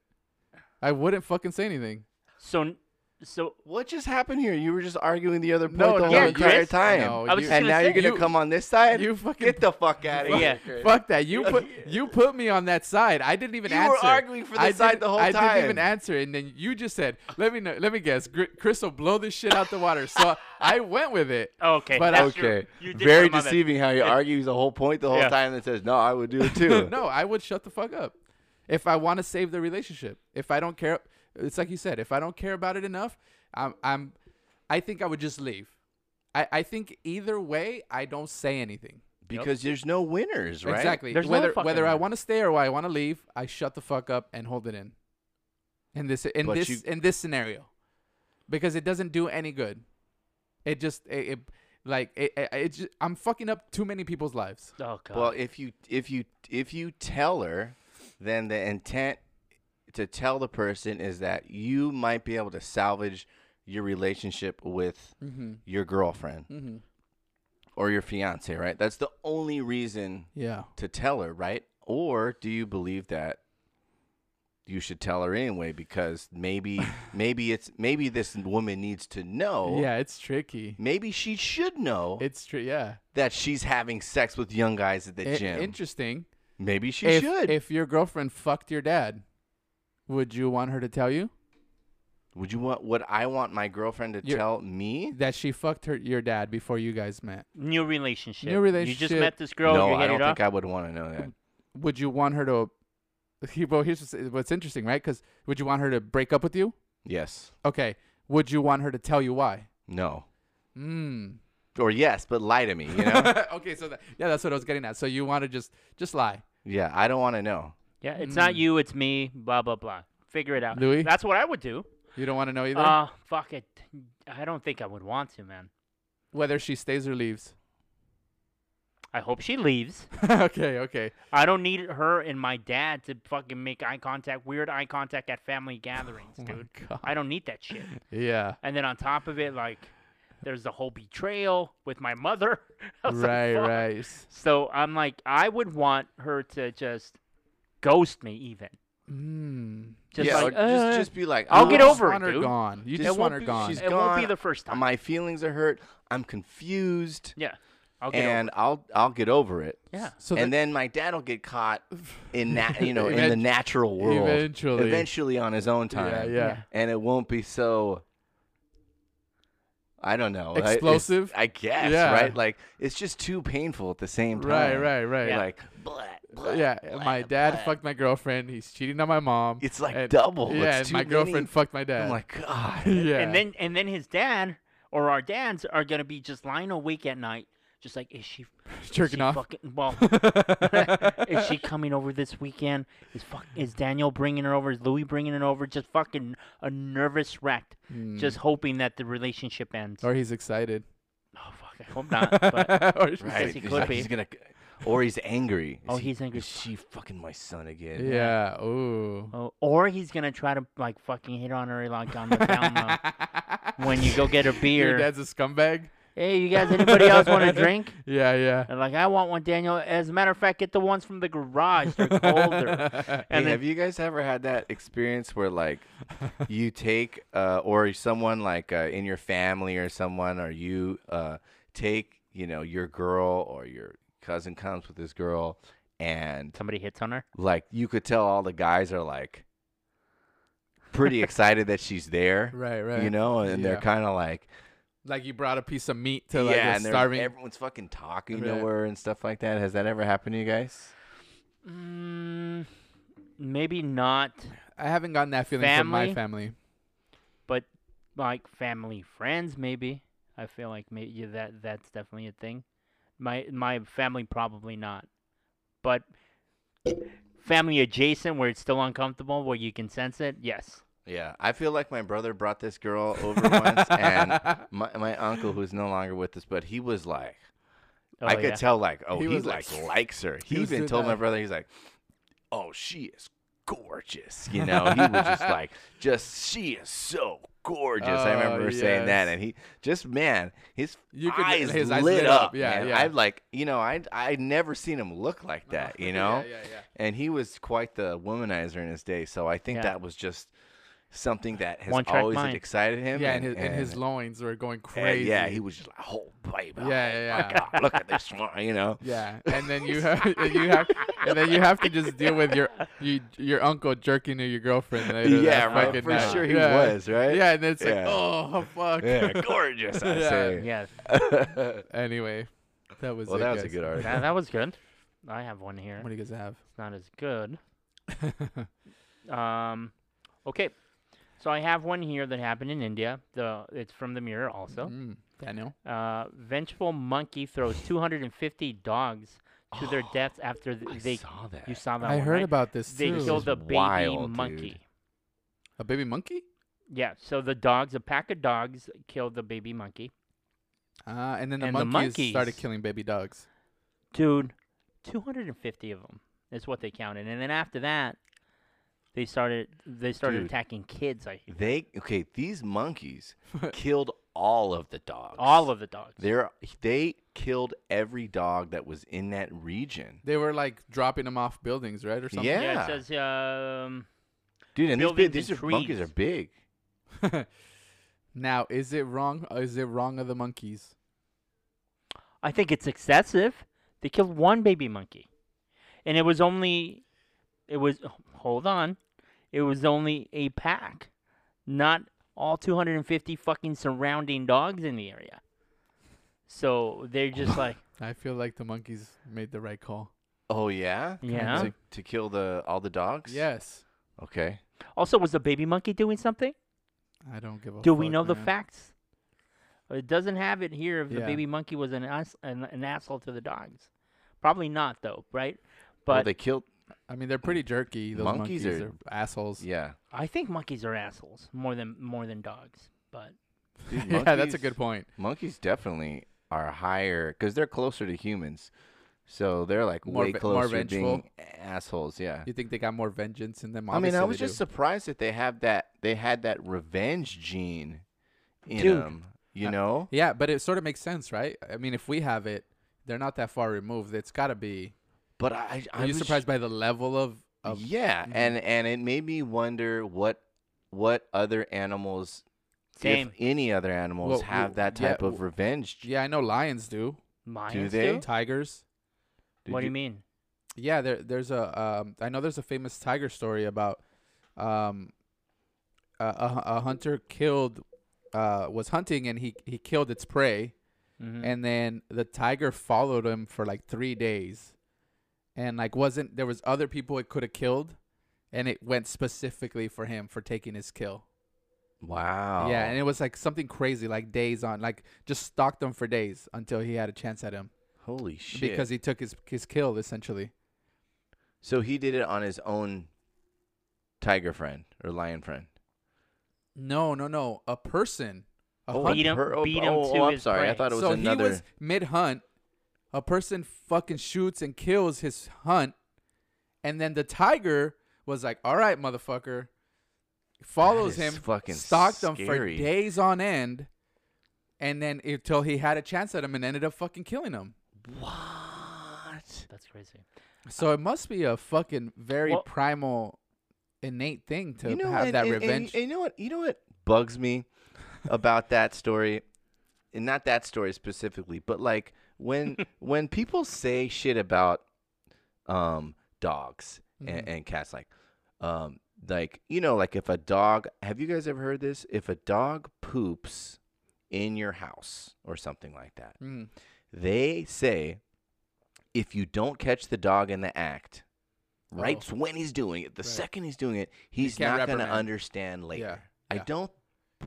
I wouldn't fucking say anything. So, n- so What just happened here? You were just arguing the other point No, the no, whole Yeah, entire Chris. time. No, I was you- just and now gonna you're say- gonna you- come on this side. you fucking- get the fuck out of Yeah. here. Fuck that. You put you put me on that side. I didn't even You were answer. arguing for the I side didn't- the whole I didn't even time. answer, and then you just said, "Let me know. Let me guess. Gr- Chris will blow this shit out the water." So I went with it. oh, okay, But that's your- Okay. you did Very come on that. deceiving how he argues the whole point the whole Yeah. time and says, No, I would do it too. no, I would shut the fuck up if I want to save the relationship. If I don't care, it's like you said. If I don't care about it enough, I'm, I'm I think I would just leave. I, I think either way, I don't say anything. Because there's no winners, right? Exactly. There's no whether fucking whether I way. want to stay or I want to leave, I shut the fuck up and hold it in. In this in But this you- in this scenario, because it doesn't do any good. It just it, it like it, it, it just, I'm fucking up too many people's lives. Oh god. Well, if you if you if you tell her, then the intent to tell the person is that you might be able to salvage your relationship with Mm-hmm. your girlfriend or your fiance, right? That's the only reason Yeah. to tell her, right? Or do you believe that you should tell her anyway because maybe maybe it's maybe this woman needs to know. Yeah, it's tricky. Maybe she should know It's true. Yeah. that she's having sex with young guys at the I- gym. Interesting. maybe she if, should. If your girlfriend fucked your dad, would you want her to tell you would you want would I want my girlfriend to You're- tell me? that she fucked her your dad before you guys met? new relationship. New You relationship. just met this girl. no, you I hit don't it think off. I would want to know that. Would you want her to? Well, here's what's, what's interesting, right? Because would you want her to break up with you? Yes. Okay. Would you want her to tell you why? No. Mm. Or yes, but lie to me, you know? okay, so that, yeah, that's what I was getting at. So you want to just just lie? yeah, I don't want to know. yeah, it's Mm. not you, it's me. Blah blah blah. Figure it out. Louis? That's what I would do. You don't want to know either. Uh, fuck it. I don't think I would want to, man. Whether she stays or leaves. I hope she leaves. okay, okay. I don't need her and my dad to fucking make eye contact, weird eye contact at family gatherings, Oh my dude. God. I don't need that shit. Yeah. And then on top of it, like, there's the whole betrayal with my mother. I was like, Right, "Fuck." right. So I'm like, I would want her to just ghost me, even. Mm. Just yeah, like, or just "Uh, just be like, "Oh, I'll get You just over it, want her dude. gone. You Just- just It want her won't be- gone. she's it won't be gone. the first time. my feelings are hurt. I'm confused. yeah, I'll get and I'll I'll get over it. over. Yeah, So and then my dad will get caught in that you know in the Event- natural world eventually. eventually on his own time. yeah. And it won't be so I don't know. I- it's- Explosive? I, guess, Yeah. right? Like it's just too painful at the same time. Right, right, right. You're Yeah. Like, blah, blah, yeah, my blah, dad blah. fucked my girlfriend. He's cheating on my mom. It's like and- double. It's Yeah, and too my girlfriend many. fucked my dad. I'm like, God. yeah, And then and then his dad or our dads are gonna be just lying awake at night, just like is she is jerking she off. Fucking, well, is she coming over this weekend? Is fuck is Daniel bringing her over? Is Louis bringing her over? Just fucking a nervous wreck, Mm. just hoping that the relationship ends. Hmm. or he's excited. oh fuck, I hope not. But Or she's- Right. he he's could like- be. he's gonna, or he's angry. Is Oh, he- he's angry. Is she fucking my son again? Yeah. Ooh. oh, or he's gonna try to like fucking hit on her like on the down low when you go get a Your beer. dad's a scumbag. hey, you guys, anybody else want a drink? Yeah, yeah. And like, I want one, Daniel. As a matter of fact, get the ones from the garage. They're colder. And and have then, you guys ever had that experience where like you take uh, or someone like uh, in your family or someone or you uh, take you know your girl or your cousin comes with this girl and somebody hits on her. like you could tell all the guys are like pretty excited that she's there Right, right. you know and Yeah. they're kind of like like you brought a piece of meat to like yeah a and they're- starving. everyone's fucking talking Right. to her and stuff like that has that ever happened to you guys Mm, maybe not, I haven't gotten that feeling from my Family? family. but like family, friends, maybe. I feel like maybe yeah, that that's definitely a thing. My my family probably not, but family adjacent where it's still uncomfortable, where you can sense it. Yes. Yeah, I feel like my brother brought this girl over once, and my, my uncle, who's no longer with us, but he was like, Oh, I could yeah. tell, like, oh, He he, was like like- likes her. he He, was even doing told my that. brother, he's like, oh, she is gorgeous. You know, he was just like, just she is so gorgeous. I Oh, remember saying that, yes. and he just man, his You could- eyes his eyes lit, lit up. up, yeah, man. yeah. I like, you know, I I never seen him look like that. You know, Yeah, yeah, yeah. and he was quite the womanizer in his day. So I think Yeah. that was just something that has One-track always mind. excited him. Yeah, and his, and his loins were going and crazy. yeah, he was just like, "Oh, baby, Yeah, yeah, yeah. oh, God, look at this one," you know. Yeah, and then you have and you have and then you have to just deal with your you, your uncle jerking to your girlfriend later. that Yeah, right, fucking for night. sure he Yeah. was, right? Yeah, and then it's like, Yeah. oh fuck. Yeah, gorgeous, I Yeah. say. Yes. Anyway, that was well, it, that was a guys. good article. that, that was good. I have one here. What do you guys have? It's not as good. Um, okay. So I have one here that happened in India. The it's from the mirror also. Mm, Daniel. Uh, vengeful monkey throws 250 dogs to their deaths after th- I they. saw that. You saw that. I one, heard right? about this They too. This killed is a baby wild, dude. monkey. a baby monkey. Yeah. So the dogs, a pack of dogs, killed the baby monkey. Uh, and then the And the monkeys, started monkeys. killing baby dogs. Dude, 250 of them is what they counted, and then after that, they started they started Dude. attacking kids. I They okay? These monkeys killed all of the dogs. all of the dogs. their they killed every dog that was in that region. They were like dropping them off buildings, right, or something. Yeah. yeah. It says um. Dude, and these, big, buildings these are and monkeys are trees. big. Now, is it wrong? Is it wrong of the monkeys? I think it's excessive. They killed one baby monkey, and it was only, it was h- hold on, it was only a pack, not all 250 fucking surrounding dogs in the area. So they're just like, I feel like the monkeys made the right call. Oh yeah, yeah. To, to kill the all the dogs. Yes. Okay. Also, was the baby monkey doing something? I don't give a. Do we fuck, know the man. facts? It doesn't have it here if the Yeah. baby monkey was an, ass, an an asshole to the dogs. Probably not though, right? But well, they killed. I mean, they're pretty jerky. Those Monkeys monkeys, are, are- assholes. Yeah. I think monkeys are assholes more than more than dogs. But Dude, yeah, that's a monkeys- good point. Monkeys definitely are higher because they're closer to humans, so they're like More way ve- more closer to being vengeful. assholes. Yeah. You think they got more vengeance in them? I mean, Obviously I they was just do. surprised that they have that. They had that revenge gene in Dude. them. You I- know. yeah, but it sort of makes sense, right? I mean, if we have it, they're not that far removed. It's got to be. But I, I Are you was- surprised by the level of? of yeah, Mhm. and and it made me wonder what what other animals, same if any other animals, Well, have well, that yeah, type of well, revenge. gene. yeah, I know lions do. lions they? Tigers. Did what do you mean? Yeah, there there's a um I know there's a famous tiger story about um a, a, hu- a hunter killed uh, was hunting and he he killed its prey, Mm-hmm. and then the tiger followed him for like three days, and like wasn't there was other people it could have killed, and it went specifically for him for taking his kill. Wow. Yeah, and it was like something crazy, like days on, like just stalked him for days until he had a chance at him Holy shit. because he took his his kill essentially. so he did it on his own tiger friend or lion friend. No, no, no, a person, a oh, hunt- Beat him- her- oh, beat him oh, to oh, I'm his sorry. I prey. thought it was so another. he was mid hunt. A person fucking shoots and kills his hunt, and then the tiger was like, "All right, motherfucker," follows is him, fucking stalked him for scary. days on end, and then until he had a chance at him and ended up fucking killing him. What? That's crazy. So it must be a fucking very Well- primal, innate thing to you know, have and- that and- and- revenge. and you know what? You know what bugs me about that story, and not that story specifically, but like when when people say shit about um dogs and, Mm-hmm. and cats, like um like you know like if a dog have you guys ever heard this if a dog poops in your house or something like that Mm. they say if you don't catch the dog in the act right Oh. when he's doing it the Right. second he's doing it he's can't not going to reprimand. understand later i yeah. don't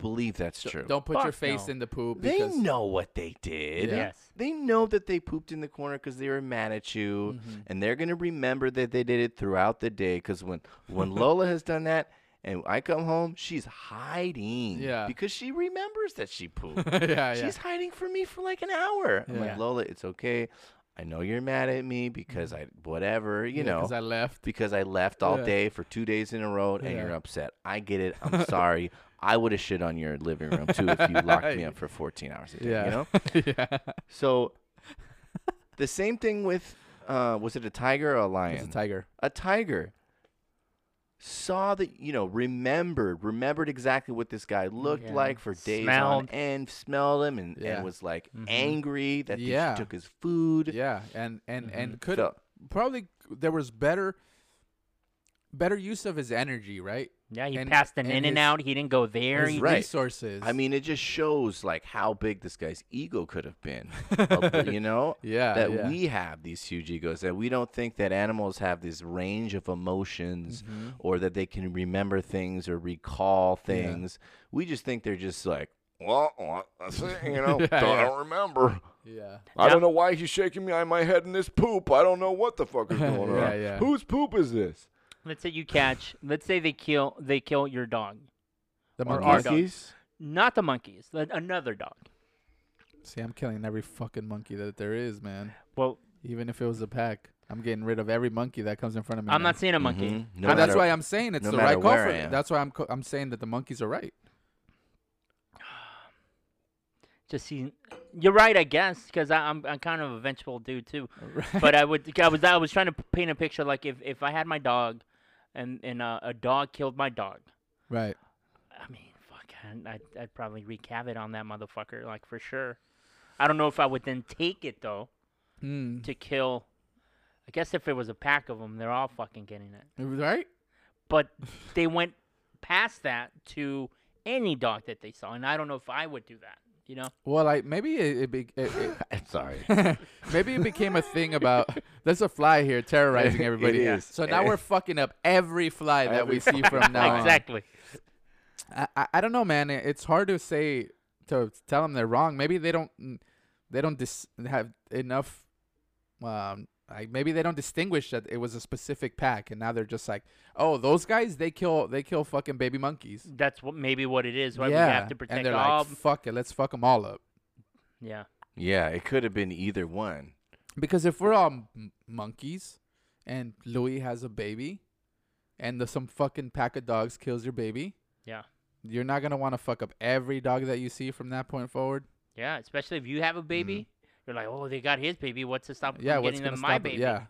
believe that's D- true Don't put your Fuck face no. in the poop. they Because, know what they did Yeah. Yes. they know that they pooped in the corner because they were mad at you Mm-hmm. and they're going to remember that they did it throughout the day because when, when lola has done that and i come home she's hiding Yeah. because she remembers that she pooped Oh, yeah, yeah. She's hiding from me for like an hour. I'm Yeah. like, Lola, it's okay. I know you're mad at me because I, whatever, you know, because I left. because I left all Yeah. day for two days in a row and you're Yeah. upset. I get it. I'm sorry. I would have shit on your living room too if you locked me up for 14 hours a day, Yeah. you know? yeah. So the same thing with, uh, was it a tiger or a lion? It's a tiger. a tiger saw that you know remembered remembered exactly what this guy looked Yeah. like for days Smelled. on end smelled him and, Yeah. Mm-hmm. and was like Mhm. angry that they- Yeah. she took his food Mm-hmm. Yeah, and and and could So- probably there was better better use of his energy, right? Yeah, he And- passed an and in and his- out. He didn't go there. His He- Right. resources. i mean it just shows like how big this guy's ego could have been Uh, you know yeah, that yeah. we have these huge egos that we don't think that animals have this range of emotions Mm-hmm. or that they can remember things or recall things we just think they're just like well uh, that's it, you know Yeah, don't- i yeah. don't remember yeah. I don't know why he's shaking me on my head in this poop. I don't know what the fuck is going Yeah, on. yeah. Whose poop is this? Let's say you catch. let's say they kill. They kill your dog. The Or monkeys. dog. Not the monkeys. Let, another dog. See, I'm killing every fucking monkey that there is, man. Well, Even if it was a pack, I'm getting rid of every monkey that comes in front of me. I'm now. not seeing a monkey. Mm-hmm. Mm-hmm. No And that's matter- why I'm saying it's no the matter right call where for I it. am. That's why I'm co- I'm saying that the monkeys are right. Just seeing. You're right, I guess, because I'm I'm kind of a vengeful dude too. But I would I was I was trying to paint a picture like if if I had my dog, and and uh, a dog killed my dog. right. I mean, fuck, I'd, I'd, I'd probably wreak havoc on that motherfucker, like for sure. I don't know if I would then take it though Hmm. to kill. I guess if it was a pack of them, they're all fucking getting it. Right? But they went past that to any dog that they saw, and I don't know if I would do that. You know, Well, like maybe it, it, be, it, it I'm sorry. Maybe it became a thing about there's a fly here terrorizing It everybody. is. So now we're fucking up every fly that we Every see from now exactly. on. I, I, I don't know, man. It- It's hard to say to tell them they're wrong. Maybe they don't they don't dis- have enough. Um, like maybe they don't distinguish that it was a specific pack, and now they're just like, oh, those guys they kill they kill fucking baby monkeys. That's what maybe what it is. Why we have to protect and they're all. like, fuck it, let's fuck them all up. yeah, yeah, it could have been either one. Because if we're all m- monkeys, and Louis has a baby, and the, some fucking pack of dogs kills your baby, yeah, you're not gonna want to fuck up every dog that you see from that point forward. yeah. Especially if you have a baby, you're like, oh, they got his baby. What's to stop them Mm-hmm. Yeah, from what's getting gonna them stop my it? baby? Yeah, Mm-hmm.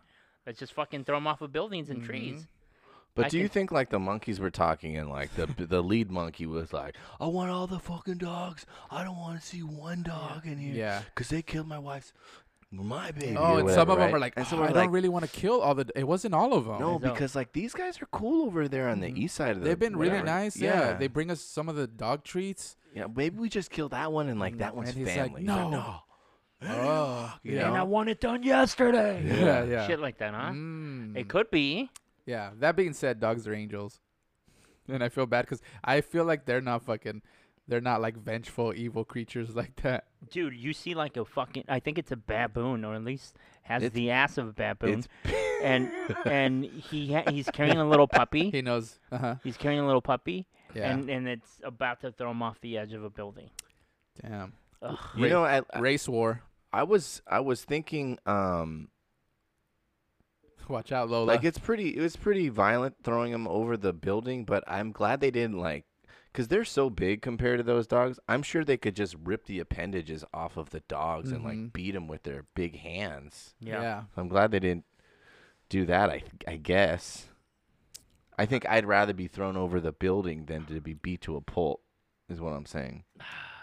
Let's just fucking throw them off of buildings and trees. But I do you can- think like the monkeys were talking and like the the lead monkey was like, "I want all the fucking dogs. I don't want to see one dog in here. Yeah. cause they killed my wife's my baby. Oh, or and whatever, some of them right? are like, And some "Oh, are I like, don't really want to kill all the. D-. It wasn't all of them. No, Mm-hmm. No. because like these guys are cool over there on the Mhm. east side of the. They've been really whatever. nice. Yeah. they bring us some of the dog treats. yeah. Maybe we just kill that one and like that Mm, one's and he's like, family. He's like, "No." Oh, you know? want it done yesterday. yeah, yeah. Shit like that, huh? Mm. It could be. Yeah. That being said, dogs are angels, and I feel bad because I feel like they're not fucking, they're not like vengeful evil creatures like that. Dude, you see like a fucking I think it's a baboon or at least has It's- the ass of a baboon It's and and he ha- he's carrying a little puppy. He knows. Uh huh. He's carrying a little puppy Yeah. Mm. and and it's about to throw him off the edge of a building. Damn. Ugh. you know, I, I Race war. I was I was thinking um Watch out, Lola. like it's pretty it was pretty violent throwing them over the building, but I'm glad they didn't like because they're so big compared to those dogs. I'm sure they could just rip the appendages off of the dogs and Mhm. like beat them with their big hands. Yeah. yeah. I'm glad they didn't do that. I I guess. I think I'd rather be thrown over the building than to be beat to a pulp. Is what I'm saying.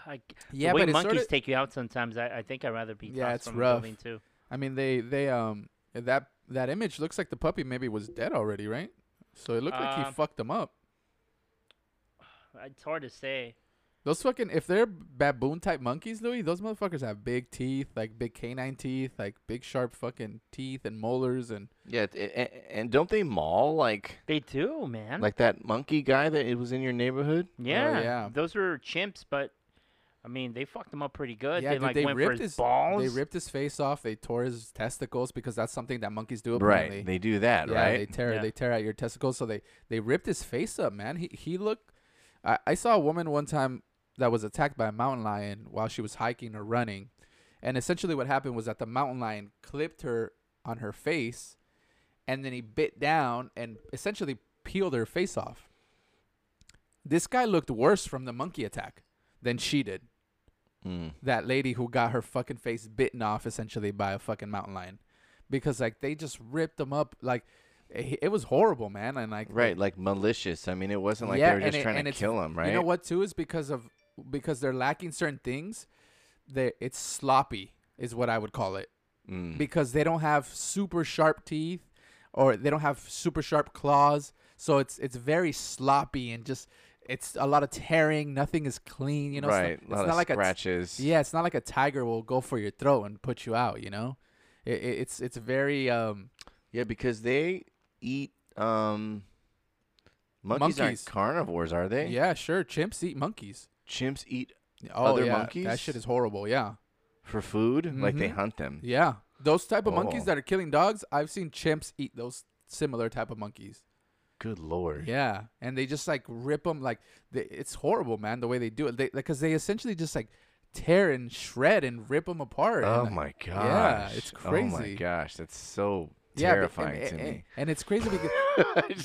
I, g- Yeah, the way but it's monkeys sorta- take you out sometimes, I, I think I'd rather be Yeah, tossed it's from a rough. building too. I mean, they they um that that image looks like the puppy maybe was dead already, right? So it looked like he Um, fucked them up. It's hard to say. Those fucking if they're baboon type monkeys, Louis, those motherfuckers have big teeth, like big canine teeth, like big sharp fucking teeth and molars and Yeah, it, and, and don't they maul like They do, man. like that monkey guy that it was in your neighborhood? yeah, Oh, yeah. Those were chimps, but I mean, they fucked him up pretty good. yeah, they dude, like they went for ripped his, his balls. They ripped his face off. They tore his testicles because that's something that monkeys do apparently. Right, they do that, yeah, right? they tear Yeah. they tear out your testicles. So they they ripped his face up, man. He he looked. I, I saw a woman one time that was attacked by a mountain lion while she was hiking or running, and essentially what happened was that the mountain lion clipped her on her face, and then he bit down and essentially peeled her face off. This guy looked worse from the monkey attack than she did. Mm. That lady who got her fucking face bitten off essentially by a fucking mountain lion, because like they just ripped him up like. eh, It it was horrible, man, and like Right, like malicious. I mean, it wasn't like they were and just it- trying and to it's- kill him, right? You know what too is because of because they're lacking certain things. They it's sloppy is what I would call it Mm. because they don't have super sharp teeth or they don't have super sharp claws, so it's it's very sloppy and just it's a lot of tearing. Nothing is clean, you know. right, It's a not, lot it's of not like a scratches. yeah, it's not like a tiger will go for your throat and put you out, you know. It, it, it's it's very um yeah, because they eat um. Monkeys, Monkeys. aren't carnivores, are they? yeah sure chimps eat monkeys. Chimps eat Oh Other yeah, monkeys? that shit is horrible. Yeah. for food, like they Mhm. hunt them. Yeah, those type of monkeys Oh. that are killing dogs. I've seen chimps eat those similar type of monkeys. Good lord. Yeah, and they just like rip them like they, it's horrible, man. The way they do it, they because they essentially just like tear and shred and rip them apart. Oh and, my gosh. yeah, it's Oh my crazy. gosh, that's so Yeah, but- and- terrifying and, to and- me. and it's crazy because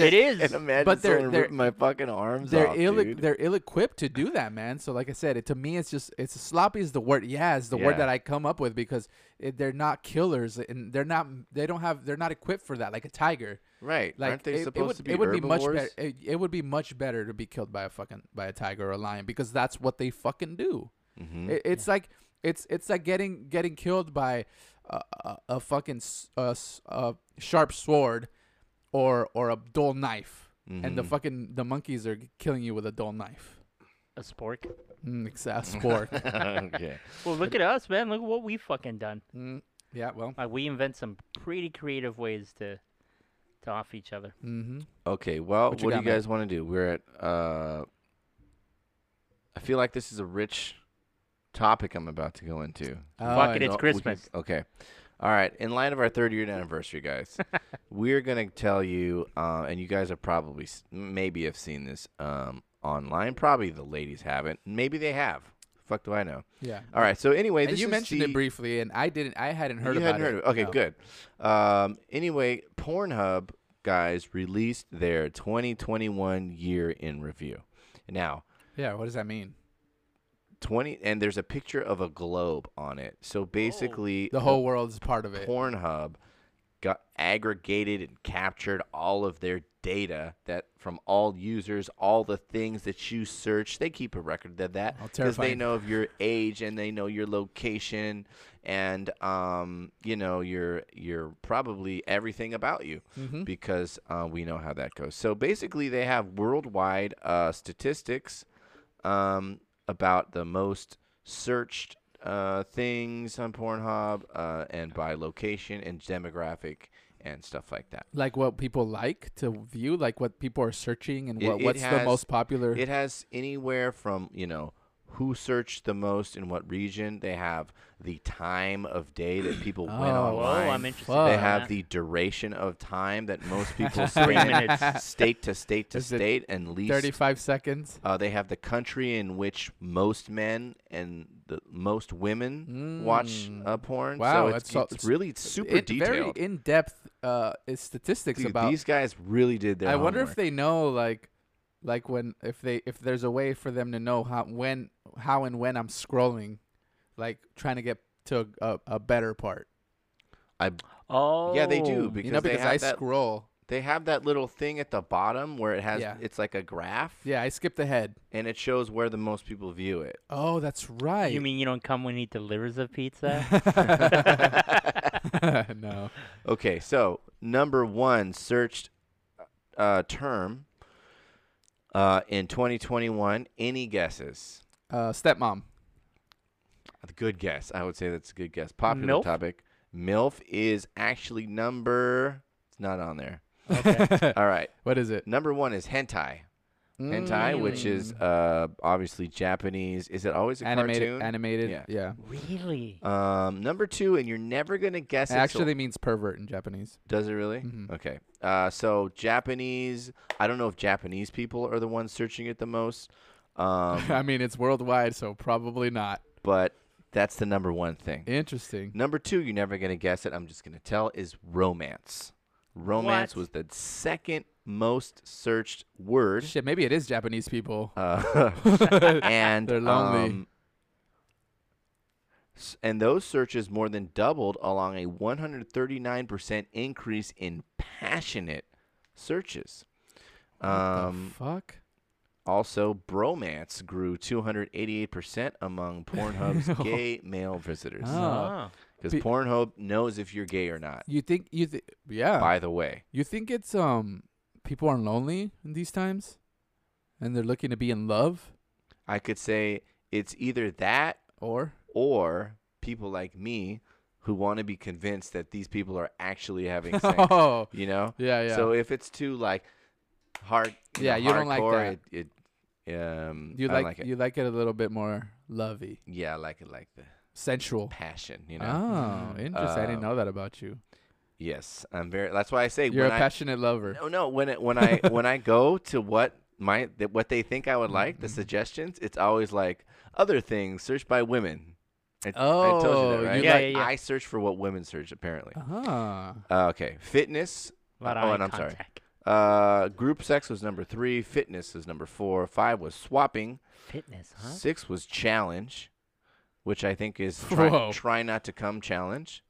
It is. And imagine But they're- someone they're- ripping my fucking arms they're off, ill dude. they're ill equipped to do that, man. So like I said, it, to me it's just it's sloppy is the word. Yeah, is the Yeah. word that I come up with because it, they're not killers and they're not they don't have they're not equipped for that like a tiger. right. Like Aren't they it, supposed it would, to be it would be much herbivores? better. It, it would be much better to be killed by a fucking by a tiger or a lion because that's what they fucking do. Mhm. It, it's like it's it's like getting getting killed by a, a, a fucking s- a, s- a sharp sword or or a dull knife, and the Mhm. fucking the monkeys are g- killing you with a dull knife. a spork. Mm, except sport. okay. Well, look at us, man. Look at what we've fucking done. mm, yeah, well, Like we invent some pretty creative ways to to off each other. hmm Okay. Well, what, What you got, do you man? guys want to do? We're at. Uh, I feel like this is a rich topic I'm about to go into. Fuck it, You it's Uh, know, we can- Christmas. okay. All right. In light of our third year anniversary, guys, Oh, we're gonna tell you, uh, and you guys have probably, s- maybe have seen this um, online. Probably the ladies haven't. Maybe they have. Fuck do I know? yeah. All right. So anyway, and this you is mentioned the- it briefly, and I didn't. I hadn't heard you hadn't about heard of it. it. Okay, no. good. Um, anyway, Pornhub guys released their 2021 year in review. Now, Yeah, what does that mean? 20 and there's a picture of a globe on it. So basically, Oh, The whole world is part of it. Pornhub got aggregated and captured all of their data that from all users, all the things that you search. They keep a record of that Oh, because they terrifying. know of your age and they know your location and um, you know your your probably everything about you Mm-hmm. because uh, we know how that goes. So basically, they have worldwide uh, statistics um, about the most searched uh, things on Pornhub uh, and by location and demographic and stuff like that. Like what people like to view, like what people are searching, and It- what, it what's the has- most popular. It has anywhere from, you know, who searched the most in what region. They have the time of day that people went Oh, Whoa, online. I'm interested. Fuck. they in have that. the duration of time that most people Three spend minutes. state to state to Is it state and least 35 seconds. Uh, they have the country in which most men and the most women watch Mm. uh, porn. Wow, so it's, that's so- it's really super It- Very detailed. in depth uh, is statistics Dude, about. these guys really did their. I wonder if homework. they know, like, like when if they if there's a way for them to know how when how and when I'm scrolling, like trying to get to a, a, a better part. I, Oh. yeah, they do because, you know, they because have I that, scroll. They have that little thing at the bottom where it has. Yeah. It's like a graph. Yeah, I skipped ahead. And it shows where the most people view it. Oh, that's right. You mean you don't come when you eat delivers of pizza? no. Okay, so number one searched uh, term uh, in 2021. Any guesses? Uh, stepmom. A Good guess. I would say that's a good guess. Popular MILF? topic. MILF is actually number. It's not on there. All right. what is it? Mm. Number one is hentai. Hentai, which is uh, obviously Japanese. Is it always a animated. cartoon? Animated. Yeah. Yeah. really? Oh. um, number two, and you're never gonna guess. It It, so- actually means pervert in Japanese. does it really? Mhm. Okay. Uh, so Japanese. I don't know if Japanese people are the ones searching it the most, um, I mean, it's worldwide, so probably not. but that's the number one thing. Interesting. Number two, you're never gonna guess it. I'm just gonna tell is romance. Romance What? was the second most searched word, Shit, maybe it is Japanese people. uh, and They're lonely. um, s- and those searches more than doubled, along a 139 percent increase in passionate searches. Um, what the fuck? also, bromance grew 288 percent among Pornhub's gay male visitors Oh. because Be- Pornhub knows if you're gay or not. You think you th- yeah. By the way, You think it's um people are lonely in these times and they're looking to be in love I could say it's either that or or people like me who want to be convinced that these people are actually having sex. Oh. you know? Yeah, yeah. So if it's too like hard, you Yeah, know, you don't like hardcore, It, it um, you I don't like, like it. you like it a little bit more lovey, yeah, I like it like the sensual. passion. You know? Uh, Oh, interesting. I didn't know that about you. Yes, I'm very. That's why I say You're a when I passionate lover. no no when it, when I when I go to what my th- what they think I would like the suggestions, it's always like other things searched by women. I, I told you Oh, that, you right? Yeah, like- yeah, yeah. I search for what women search apparently. Ah. Uh, okay, fitness. A lot of oh, eye and I'm sorry. contact. Uh, group sex was number three. Fitness was number four. Five was swapping. Fitness, huh? Six was challenge, which I think is try, Whoa. try not to come challenge.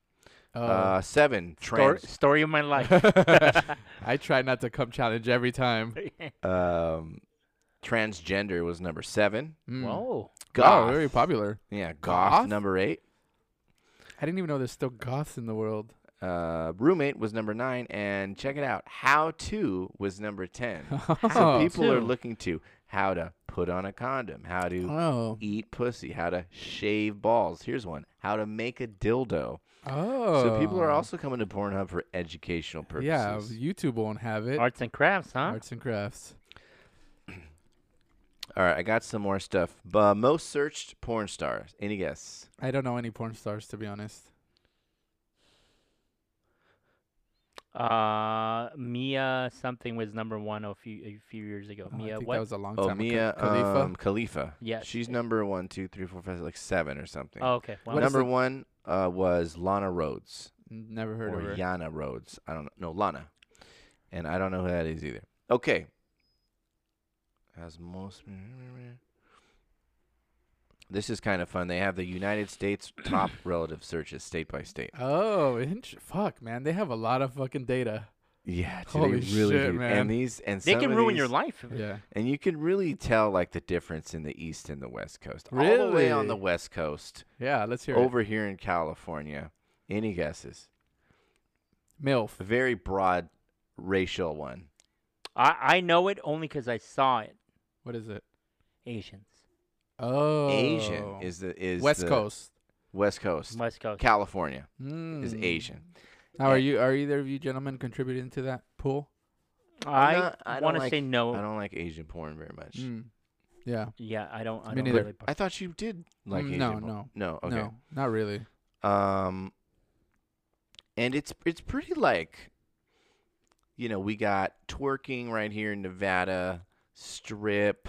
Oh. Uh, seven Stor- trans. story of my life. I try not to come challenge every time. Um, transgender was number seven. Mm. Whoa. Goth. Wow, very popular. yeah, goth, Goth? number eight. I didn't even know there's still goths in the world. Uh, roommate was number nine, and check it out, how to was number ten. so Oh. people are to. looking to how to put on a condom, how to Oh. eat pussy, how to shave balls. Here's one: how to make a dildo. Oh. So people are also coming to Pornhub for educational Yeah, purposes. YouTube won't have it. Arts and crafts, huh? Arts and crafts. All right, I got some more stuff. But most searched porn stars. Any guess? I don't know any porn stars to be honest. Uh, Mia something was number one a few a few years ago. Oh, I Mia think what? that was a long Oh, time Mia ago. Khalifa. um, Khalifa. Yes. She's number one, two, three, four, five, like seven or something. oh, okay. Well, What is number the- one uh, was Lana Rhodes N- Never heard or of her. Yana Rhodes. I don't know. No, Lana. And I don't know who that is either. Okay. As most. This is kind of fun. They have the United States top relative searches state by state. Oh, int- fuck, man. They have a lot of fucking data. Yeah, dude, Holy they really shit, do. man. And these and They some can of ruin these- your life. Yeah. And you can really tell like the difference in the East and the West Coast. All the way on the Really? West Coast, Yeah, let's hear over here in California. Any guesses? it. MILF. A very broad racial one. I, I know it only because I saw it. What is it? Asians, Oh. Asian is the is West the- Coast. West Coast. West Coast. Hmm. California is Mm. Asian. Eh. Now, are you are either of you gentlemen contributing to that pool? I, not- I don't want to like- say no. I don't like Asian porn very much. Hmm. Mm. Yeah. yeah, I don't. I Me don't neither. really. I thought you did like Mm, Asian no, porn. no, No, okay. No, not really. Um, and it's it's pretty like, you know, we got twerking right here in Nevada, strip,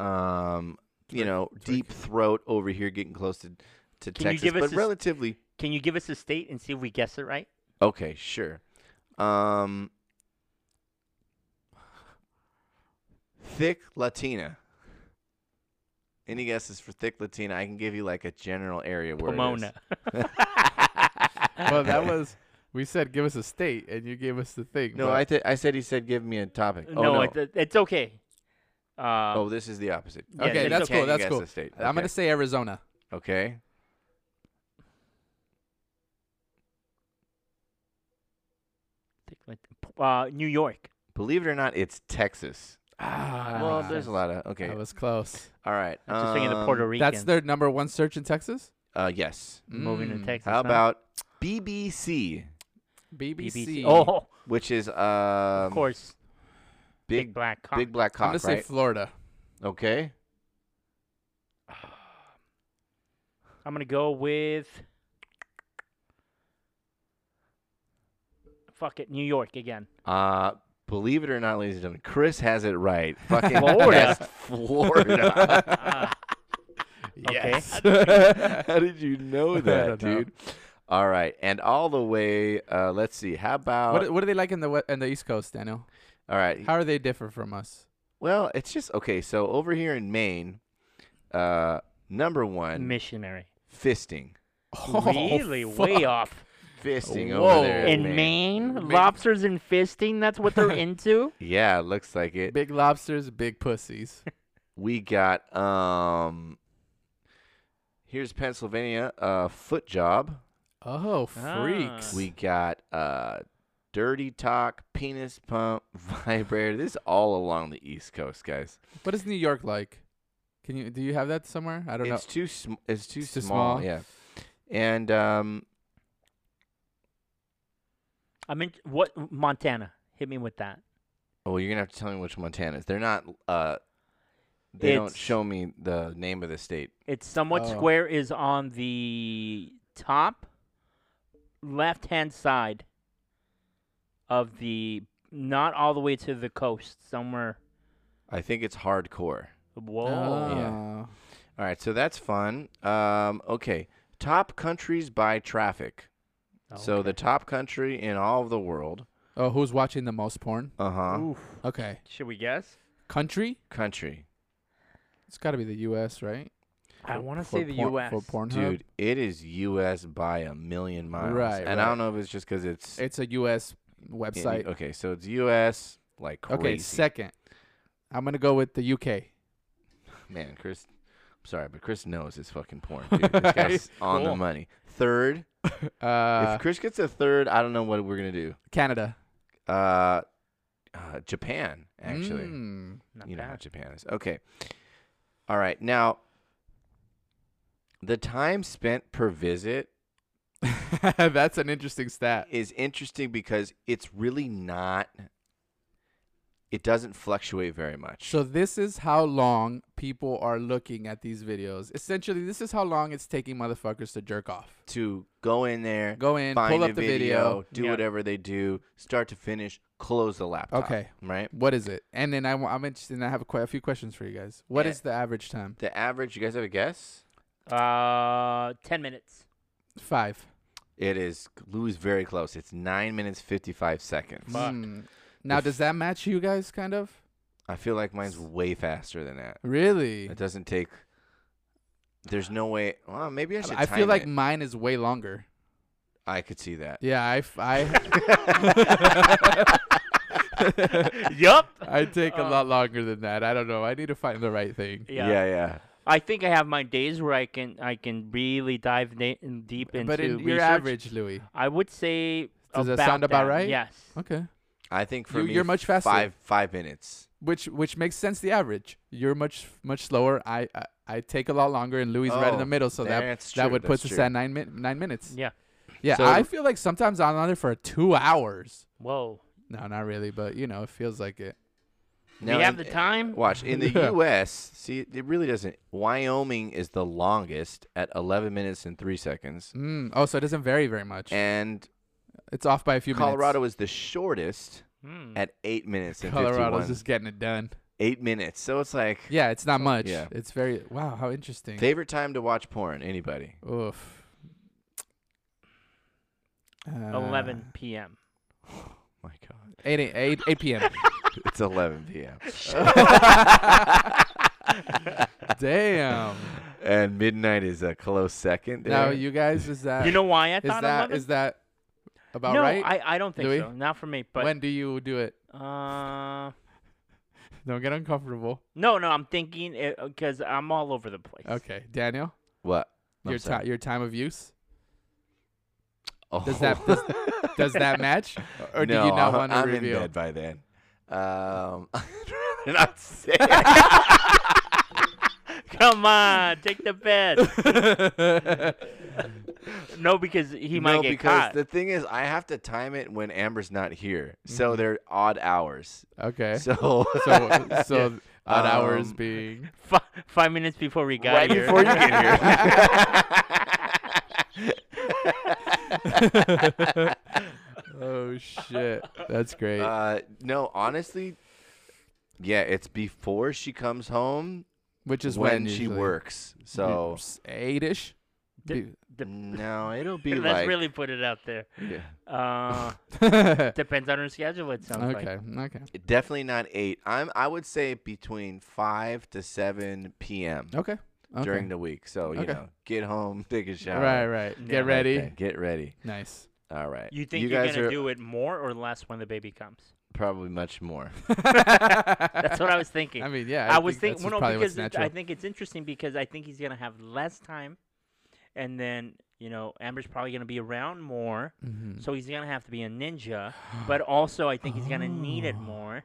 um, you Twerk- know, deep throat over here, getting close to to Can you Texas, give us but this- relatively Can you give us a state and see if we guess it right? okay, sure. Um, thick Latina. Any guesses for thick Latina? I can give you like a general area where it is. Pomona. Well, that was we said give us a state, and you gave us the thing. No, but- I th- I said he said give me a topic. Oh, no, It, it's okay. Uh, Oh, this is the opposite. Yeah, okay, it's that's okay. Can cool. you That's guess cool. the state? I'm Okay. gonna say Arizona. Okay. think like- uh, New York. Believe it or not, it's Texas. Ah, well, there's a lot of okay. That was close. All right. I'm just thinking the um, Puerto Rican. That's their number one search in Texas. Uh, yes. moving to Mm. Texas. How huh? about BBC, BBC. Oh, of which is um course. Big, big black cock. big black I'm cock, gonna say right? Florida. okay. I'm gonna go with. Fuck it, New York again. Uh, believe it or not, ladies and gentlemen, Chris has it right. Fucking Florida. yes, Florida. Ah, Yes. How did you know I that, don't know. dude? All right, and all the way. Uh, let's see. How about What, what are they like in the we- in the East Coast, Daniel? all right? How are they different from us? Well, it's just okay. So over here in Maine, uh, number one, missionary. fisting, Oh, really, way off. fisting Whoa. over there in, In Maine, Maine. lobsters and fisting. That's what they're into. Yeah, looks like it. Big lobsters, big pussies. We got um. Here's Pennsylvania, uh, foot job. Oh, freaks. We got uh, dirty talk, penis pump, vibrator. This is all along the East Coast, guys. What is New York like? Can you do you have that somewhere? I don't know. It's too sm- it's too It's too small. small. Yeah, and um, I mean, what Montana? Hit me with that. Oh, you're gonna have to tell me which Montana is. They're not. Uh, they don't It's- show me the name of the state. It's somewhat Oh. square. Is on the top left hand side of the not all the way to the coast. Somewhere. I think it's hardcore. Whoa. Oh. yeah. All right, so that's fun. Um, okay, top countries by traffic. So the Oh, Okay. top country in all of the world. Oh, who's watching the most porn? Uh huh. Oof. Okay. Should we guess? Country? Country, It's got to be the U.S., right? I want to For say the por- U.S. for Pornhub. dude. It is U.S. by a million miles. Uh-huh. Right, And I right. don't know if it's just because it's. It's a U.S. in- website. okay, so it's U.S. Like crazy. Okay, second. I'm gonna go with the U.K. Man, Chris. I'm sorry, but Chris knows his fucking porn. Dude. This guy's on the Cool. money. Third. Uh, if Chris gets a third, I don't know what we're gonna do. Canada. Uh, uh Japan, actually. Mm. Not You know how bad. Japan is. Okay. All right. Now, the time spent per visit That's an interesting stat. is interesting because it's really not. It doesn't fluctuate very much. So this is how long people are looking at these videos. Essentially, this is how long it's taking motherfuckers to jerk off. to go in there, Go in, find pull a up the video. do Yeah. whatever they do, start to finish, close the laptop. Okay. Right. What is it? And then I, am interested. And I have a, que- a few questions for you guys. What is Yeah. the average time? The average. You guys have a guess? Uh, ten minutes. Five. It is Lou's very close. It's nine minutes fifty five seconds. Fuck. Mm. Now, If- does that match you guys? Kind of. I feel like mine's way faster than that. Really? It doesn't take There's no way. Well, maybe I should. I feel time like it. mine is way longer. I could see that. Yeah, I, f- I, yup. I take Oh. a lot longer than that. I don't know. I need to find the right thing. Yeah. yeah, yeah. I think I have my days where I can I can really dive na- in deep into but in, research. you're average, Louis. I would say. Does that sound about that, right? Yes. Okay. I think for You- me, you're much faster. Five five minutes. Which which makes sense. The average. You're much much slower. I I, I take a lot longer, and Louis is right in the Oh, middle. So that that's that true, would that's put us true. at nine min nine minutes. Yeah. Yeah. So- I feel like sometimes I'm on it for two hours. Whoa. No, not really, but you know, it feels like it. Now, we have in- the time. Watch in the Yeah. U.S. See, it really doesn't. Wyoming is the longest at 11 minutes and three seconds, Mm. Oh, so it doesn't vary very much. and it's off by a few Colorado is minutes. Mm. the shortest Hmm. Uh, at eight minutes and Colorado's 51. just getting it done. eight minutes. So it's like Yeah, it's not much. yeah. It's very wow, how interesting. favorite time to watch porn. Anybody? Oof. Uh, 11 p.m. my God, 8, 8, 8, 8 p.m. it's 11 p.m. Damn. and midnight is a close second. Now, there. you guys, is that You know why I uh, is thought that 11? is that about no, right? I, I don't think Louis? so. Not for me. But when do you do it? uh, Don't get uncomfortable. no, no, I'm thinking because I'm all over the place. Okay, Daniel, what? I'm your sorry. time your time of use Oh. does that- does- does that match, or do you No, I'm- not want to I'm reveal? in bed by then. Um, I'd rather not say. Come on, take the bed. no, because he might no, get because caught. the thing is, I have to time it when Amber's not here, so they're odd hours. Mm-hmm. okay. So So, so, odd hours Um, being Fi- five minutes before we got right here. before you get here. Oh shit. That's great. uh, no, honestly, yeah, it's before she comes home Which is when when, she usually? works. So eight ish. D- d- no, it'll be Let's like really put it out there. yeah. Uh, okay. depends on her schedule. It sounds like. Okay. Definitely not eight. I'm. I would say between five to seven p.m. Okay. Oh, Okay. during the week. So you Okay. know, get home, take a shower, right, like right. Yeah. Get ready. that. Get ready. Nice. All right. You think you are guys gonna are do it more or less when the baby comes? probably much more. That's That's what I was thinking. I mean, yeah. I, was think thinking, well, that's no, probably because what's it, natural. I think it's interesting because I think he's gonna have less time, and then you know Amber's probably gonna be around more, Mhm. so he's gonna have to be a ninja. But also, I think he's gonna need it Oh. more.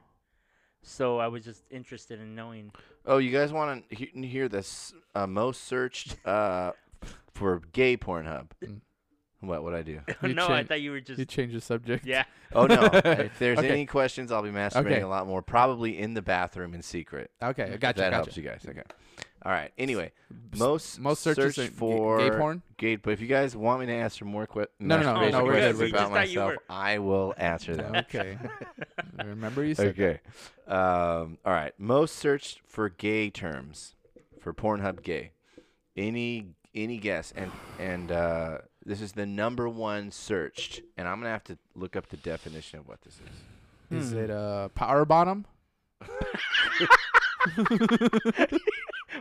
So I was just interested in knowing. Oh, you guys want to he- hear this uh, most searched uh, for gay Pornhub? Mm. What would I do? You no, I chan- thought you were just you change the subject. yeah. Oh no! if there's Okay. any questions, I'll be masturbating Okay. a lot more, probably in the bathroom in secret. Okay. If Gotcha. that gotcha. helps you guys. Okay. All right. Anyway, S- most most searches searched are ga- for gay porn? Gay, but if you guys want me to answer more questions, No, no, no, no, we're good, questions we're about good. We just thought you myself, were- I will answer them. Okay. Remember you said. Okay. Um, all right. Most searched for gay terms for Pornhub gay. Any any guess? And and uh, this is the number one searched. And I'm gonna have to look up the definition of what this is. Is hmm. it uh, power bottom?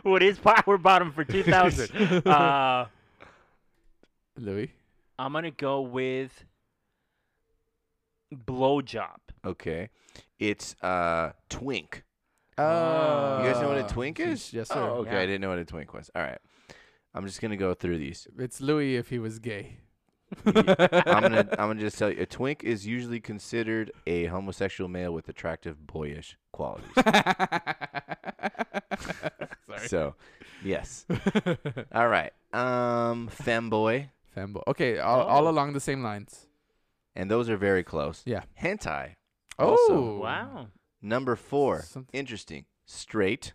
what is power bottom for 2000? uh, Louis. I'm gonna go with blowjob. Okay. It's uh twink. Ah. You guys know what a Uh, twink yes, is? Yes, sir. Oh, okay. yeah. I didn't know what a twink was. All right. I'm just gonna go through these. It's Louis if he was gay. I'm gonna I'm gonna just tell you. A twink is usually considered a homosexual male with attractive boyish qualities. Sorry. So, yes. All right. Um, femboy, Femboy. Okay, Oh. all, all along the same lines. and those are very close. Yeah. Hentai, Oh Also- Wow. number four. Something- Interesting. Straight.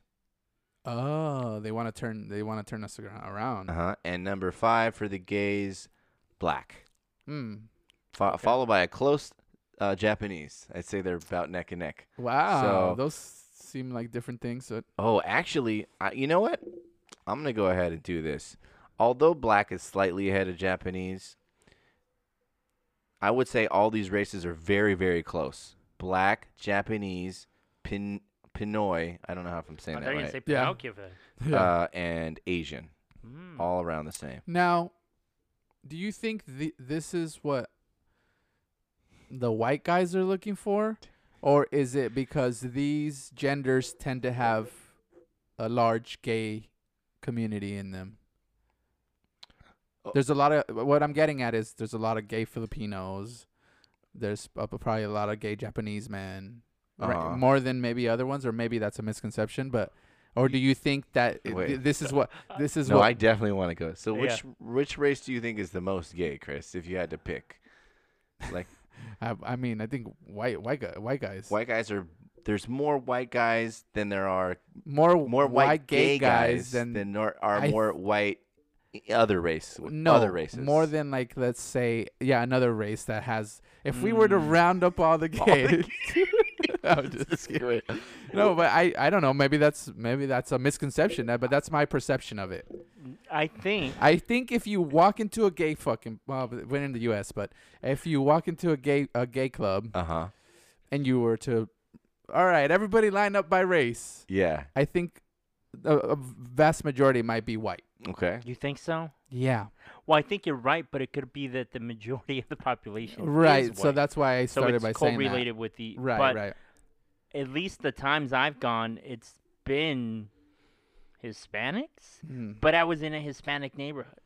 Oh, they want to turn. They want to turn us ar- around. Uh huh. And number five for the gays, black. Hmm. Fo- Followed by a close uh, Japanese. I'd say they're about neck and neck. Wow. So- Those seem like different things. So Oh, actually, I, you know what? I'm gonna go ahead and do this. Although black is slightly ahead of Japanese, I would say all these races are very, very close. Black, Japanese, Pin, Pinoy. I don't know if I'm saying I thought that you were right. gonna say Yeah. Pinocchio. yeah. uh, and Asian. Mm. all around the same. Now, do you think the, this is what the white guys are looking for? Or is it because these genders tend to have a large gay community in them? Oh. There's a lot of what I'm getting at is there's a lot of gay Filipinos. There's uh, probably a lot of gay Japanese men, right, Uh-huh. more than maybe other ones, or maybe that's a misconception. But or do you think that it- Wait. this is what this is No, what I definitely want to go. So Yeah. which which race do you think is the most gay, Chris? If you had to pick, like I, I mean, I think white white guy, white guys white guys are there's more white guys than there are more more white, gay, guys, than, than, there are I more white other race no other races. more than like let's say yeah another race that has. If we were to Mm. round up all the gays, I'm just kidding. Wait, no, but I I don't know. Maybe that's maybe that's a misconception, uh, but that's my perception of it. I think I think if you walk into a gay fucking well, but we're in the U.S., but if you walk into a gay a gay club uh-huh. and you were to, all right, everybody line up by race. Yeah. I think a, a vast majority might be white. Okay. you think so. Yeah. Well, I think you're right, but it could be that the majority of the population, Right. is So white. that's why I so started it's by saying that. correlated with the Right, But right. at least the times I've gone, it's been Hispanics, Mm. but I was in a Hispanic neighborhood,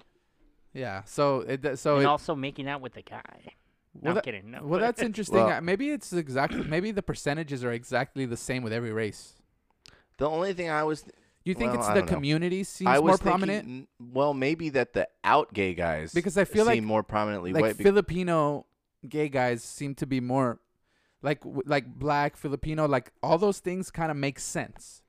Yeah. So it th- so and it, also making out with a guy. No, well, I'm that- kidding. No. well that's interesting. Well- Uh, maybe it's exactly maybe the percentages are exactly the same with every race. The only thing I was You think Well, it's I the don't know. community seems I was more thinking, prominent? n- well, maybe that the out gay guys Because I feel like- seem more prominently Like white. be- Filipino gay guys seem to be more like w- like black Filipino like all those things kind of make sense.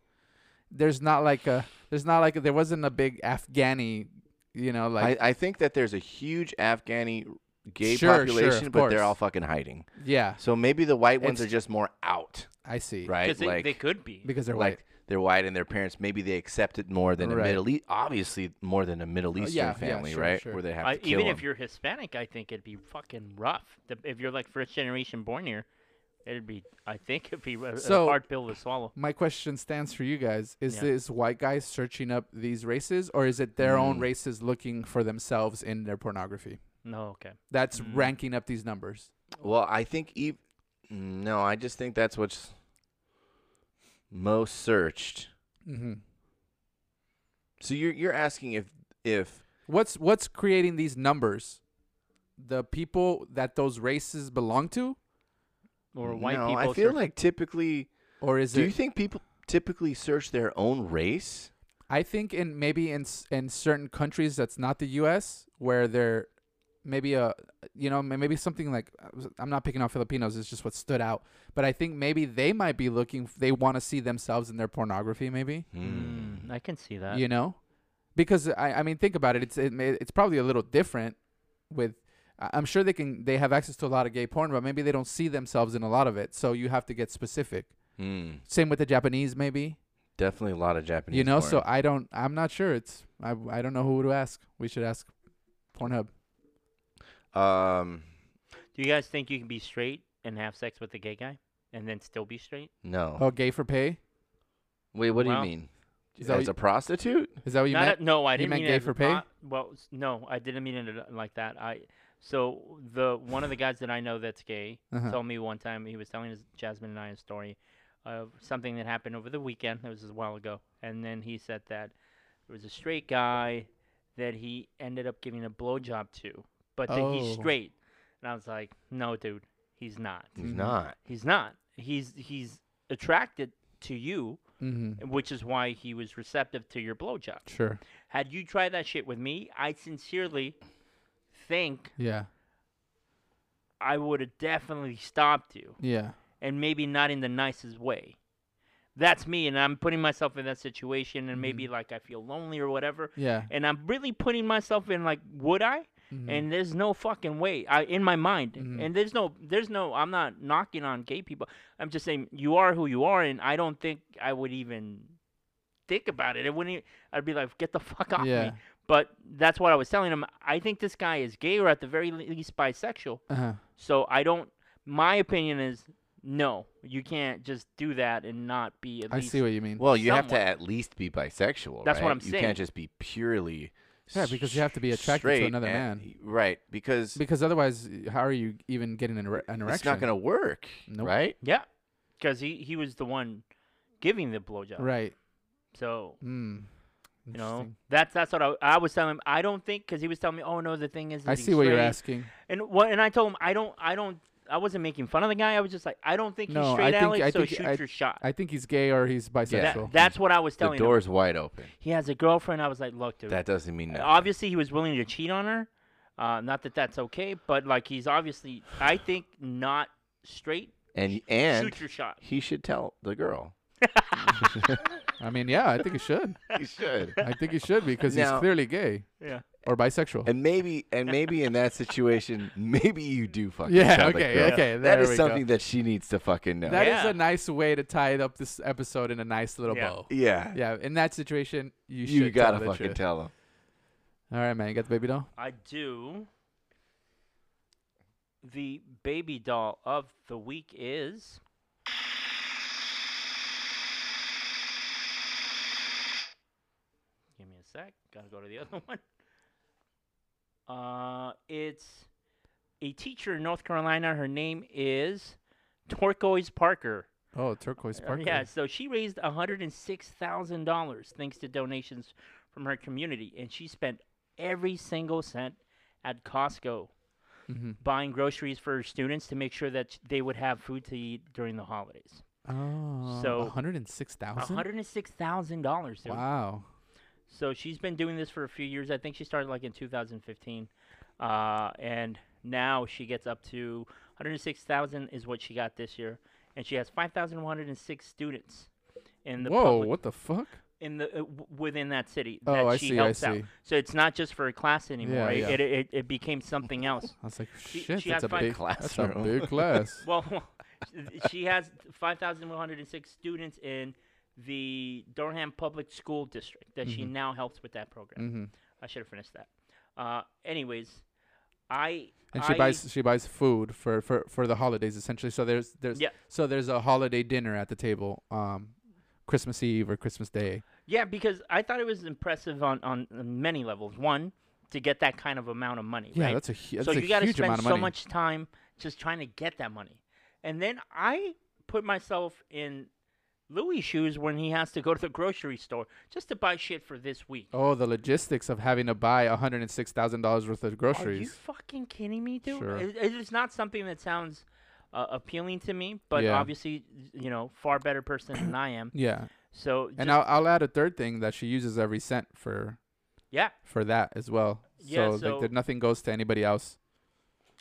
There's not like a there's not like there wasn't a big Afghani, you know, like I, I think that there's a huge Afghani gay Sure, sure, population, of but course. they're all fucking hiding. yeah, So maybe the white ones It's- are just more out, I see. right? because they, like they could be. Because they're like white. they're white and their parents maybe they accept it more than Right. Uh, a Middle East, obviously more than a Middle yeah, Eastern yeah, family, sure, right? sure. Where they have I- to kill even if them. you're Hispanic, I think it'd be fucking rough. The, if you're like first generation born here, it'd be. I think it'd be a, a So- hard pill to swallow. my question stands for you guys is Yeah. this white guys searching up these races or is it their own Mm. races looking for themselves in their pornography No, okay. that's Mm. ranking up these numbers Well, I think ev- no, I just think that's what's most searched. mm-hmm. So you're you're asking if if what's what's creating these numbers the people that those races belong to Or white no, people. I feel search- like typically. or is Do it you think people typically search their own race? i think in maybe in s- in certain countries that's not the us where they're maybe a you know may- maybe something like i'm not picking on filipinos it's just what stood out but i think maybe they might be looking f- they want to see themselves in their pornography maybe Hmm. Mm, I can see that. you know because i i mean think about it it's it, may- it's probably a little different with I- i'm sure they can they have access to a lot of gay porn but maybe they don't see themselves in a lot of it so you have to get specific Mm, same with the japanese maybe definitely a lot of Japanese. you know porn. so i don't i'm not sure it's i i don't know who to ask we should ask pornhub um, Do you guys think you can be straight and have sex with a gay guy and then still be straight? no. oh gay for pay Wait, what do well, you mean? is that, As what, a prostitute? is that what you Not meant a- no, I you didn't meant mean gay it as for a pay? pro- well, s- no, I didn't mean it a- like that. I so the one of the guys that I know that's gay Uh-huh. told me one time he was telling his Jasmine and I a story of something that happened over the weekend. It was a while ago, and then he said that there was a straight guy that he ended up giving a blowjob to, but that Oh. he's straight. And I was like, no, dude, he's not. He's Mhm. not. He's not. He's he's attracted to you, mm-hmm. which is why he was receptive to your blowjob. sure Had you tried that shit with me, I sincerely think yeah I would have definitely stopped you, yeah and maybe not in the nicest way. That's me, and I'm putting myself in that situation, and maybe like I feel lonely or whatever. yeah And I'm really putting myself in like, would I? mhm. and there's no fucking way I, in my mind Mhm. and there's no there's no i'm not knocking on gay people i'm just saying you are who you are and i don't think i would even think about it it wouldn't even, i'd be like get the fuck off yeah me but that's what i was telling him i think this guy is gay or at the very least bisexual uh-huh. so i don't my opinion is no you can't just do that and not be at i least see what you mean Well, you have to Somewhat. at least be bisexual. That's what right? I'm You saying. can't just be purely Yeah, because you have to be attracted to straight another and- man. Right, because Because otherwise, how are you even getting an, ere- an erection? it's not going to work, Nope. right? Yeah, because he he was the one giving the blowjob. Right. So Mm. you know Interesting. that's that's what I, I was telling him. I don't think because he was telling me, oh no, the thing is, is I he's see what you're straight." asking. And what? And I told him I don't I don't I wasn't making fun of the guy. I was just like I don't think No, I he's straight, think- Alex. I so think- shoot I- your shot. I think he's gay or he's That- bisexual. that's what I was The telling him. door's wide open. He has a girlfriend. I was like, look, dude. uh, That doesn't mean nothing. obviously, he was willing to cheat on her. Uh, not that that's okay, but like he's obviously, I think, not straight. and and shoot your shot. he should tell the girl. I mean, yeah, I think he should. He should. I think he should because Now- he's clearly gay Yeah. or bisexual. And maybe and maybe in that situation, maybe you do fucking Yeah, tell the okay, girl. okay, that there is we go. something that she needs to fucking know. That is Yeah. a nice way to tie up this episode in a nice little Yeah. bow. yeah. Yeah, in that situation, you, You, should gotta tell the fucking truth. tell him. All right, man, you got the baby doll. I do. The baby doll of the week is. Give me a sec. Gotta go to the other one. Uh, it's a teacher in North Carolina. Her name is Torquoise Parker. Oh, turquoise Uh, sparkle. Yeah, so she raised $106,000 thanks to donations from her community, and she spent every single cent at Costco hmm buying groceries for her students to make sure that sh- they would have food to eat during the holidays. Oh, So- 106,000? $106,000, dude. Wow. So she's been doing this for a few years. I think she started like in 2015. Uh, and now she gets up to 106,000 is what she got this year. And she has 5,106 students in the Whoa, public what the fuck? in the uh, w- within that city Oh, that I she see, I helps out. see. So it's not just for a class anymore. Yeah, it, It, it it became something else. I was like, She- shit, she that's had a five- big That's a Classroom. big class. Well, she has 5,106 students in the Durham Public School District that she Mhm. now helps with that program. hmm I should have finished that. Uh, anyways, I And she I- buys she buys food for, for, for the holidays essentially. So there's there's Yeah. so there's a holiday dinner at the table, um, Christmas Eve or Christmas Day. Yeah, because I thought it was impressive on on many levels. One, to get that kind of amount of money. Yeah, right? that's a, hu- that's so a you got to huge spend amount of so money. much time just trying to get that money. And then I put myself in Louis' shoes when he has to go to the grocery store just to buy shit for this week. Oh, the logistics of having to buy hundred and six thousand dollars worth of Are you groceries. fucking kidding me, dude? Sure. It, it is not something that sounds uh, appealing to me, but Yeah. obviously, you know, far better person than I am. Yeah, So, and just- I'll, I'll add a third thing that she uses every cent for yeah, for that as well. Yeah, so, like so- that nothing goes to anybody else.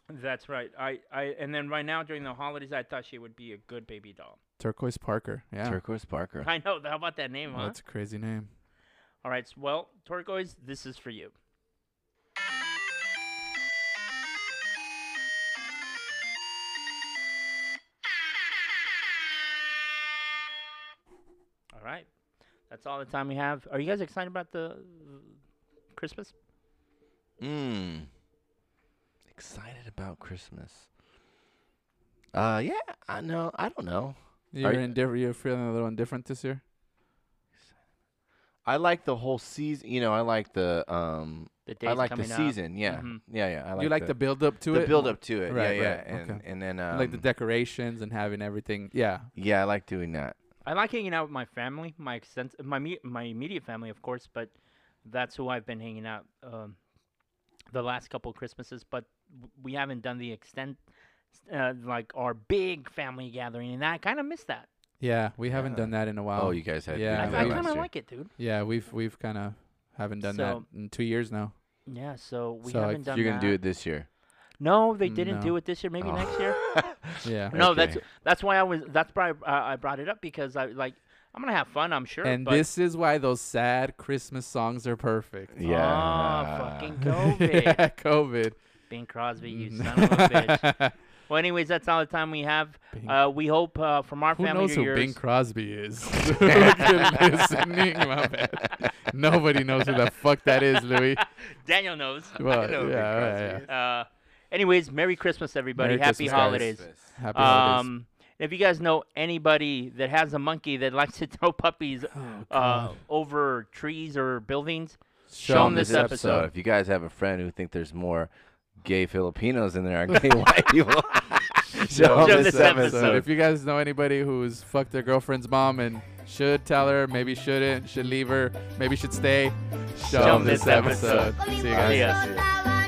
that's right. I, I, and then right now during the holidays, I thought she would be a good baby doll. Turquoise Parker. Yeah, Turquoise Parker. I know. How about that name, Oh, huh? that's a crazy name. All right. s- Well, Torgoise, this is for you. All right. That's all the time we have. Are you guys excited about the the Christmas? Mm. Excited about Christmas. Uh yeah, I know. I don't know. You're you- indifferent. You're feeling a little indifferent this year. I like the whole season. You know, I like the um. The I days like the coming up. season. Yeah, Mhm. yeah, yeah. I like you like the, build up to the it. build up to it. Right, yeah, yeah, right, and okay. and then m- um, like the decorations and having everything. Yeah. yeah, I like doing that. I like hanging out with my family, my extens- my me- my immediate family, of course, but that's who I've been hanging out um, the last couple Christmases. But w- we haven't done the extent uh, like our big family gathering, and I kind of miss that. Yeah, we haven't Yeah. done that in a while. oh, you guys had. yeah, you I, we had I like last kind of year. like it, dude. yeah, we've we've kind of haven't done that So- in two years now. Yeah, so we So, like, haven't done. You're gonna that. do it this year. No, they didn't No. do it this year. Maybe Oh. next year. Yeah. No, that's Okay. that's why I was. That's why I, I brought it up because I like I'm gonna have fun. I'm sure. and but this is why those sad Christmas songs are perfect. Yeah. Ah, fucking COVID. yeah, COVID. Bing Crosby, you son of a bitch. Well, anyways, that's all the time we have. Bing- Uh, we hope uh, from our who family knows to who yours. Bing Crosby is? Look at listening, my bad. Nobody knows who the fuck that is, Louis. Daniel knows. Well, know who Bing yeah, Crosby yeah, yeah. is. Uh, anyways, Merry Christmas, everybody. Merry Happy Christmas, guys. holidays. Happy holidays. Um, if you guys know anybody that has a monkey that likes to throw puppies uh, Oh, God. over trees or buildings, Show 'em this So episode. if you guys have a friend who think there's more gay Filipinos than there are gay white people, show 'em Show 'em this this episode. episode. If you guys know anybody who's fucked their girlfriend's mom and should tell her, maybe shouldn't, should leave her, maybe should stay, show, 'em 'em this this episode. See you guys. See ya. Bye-bye.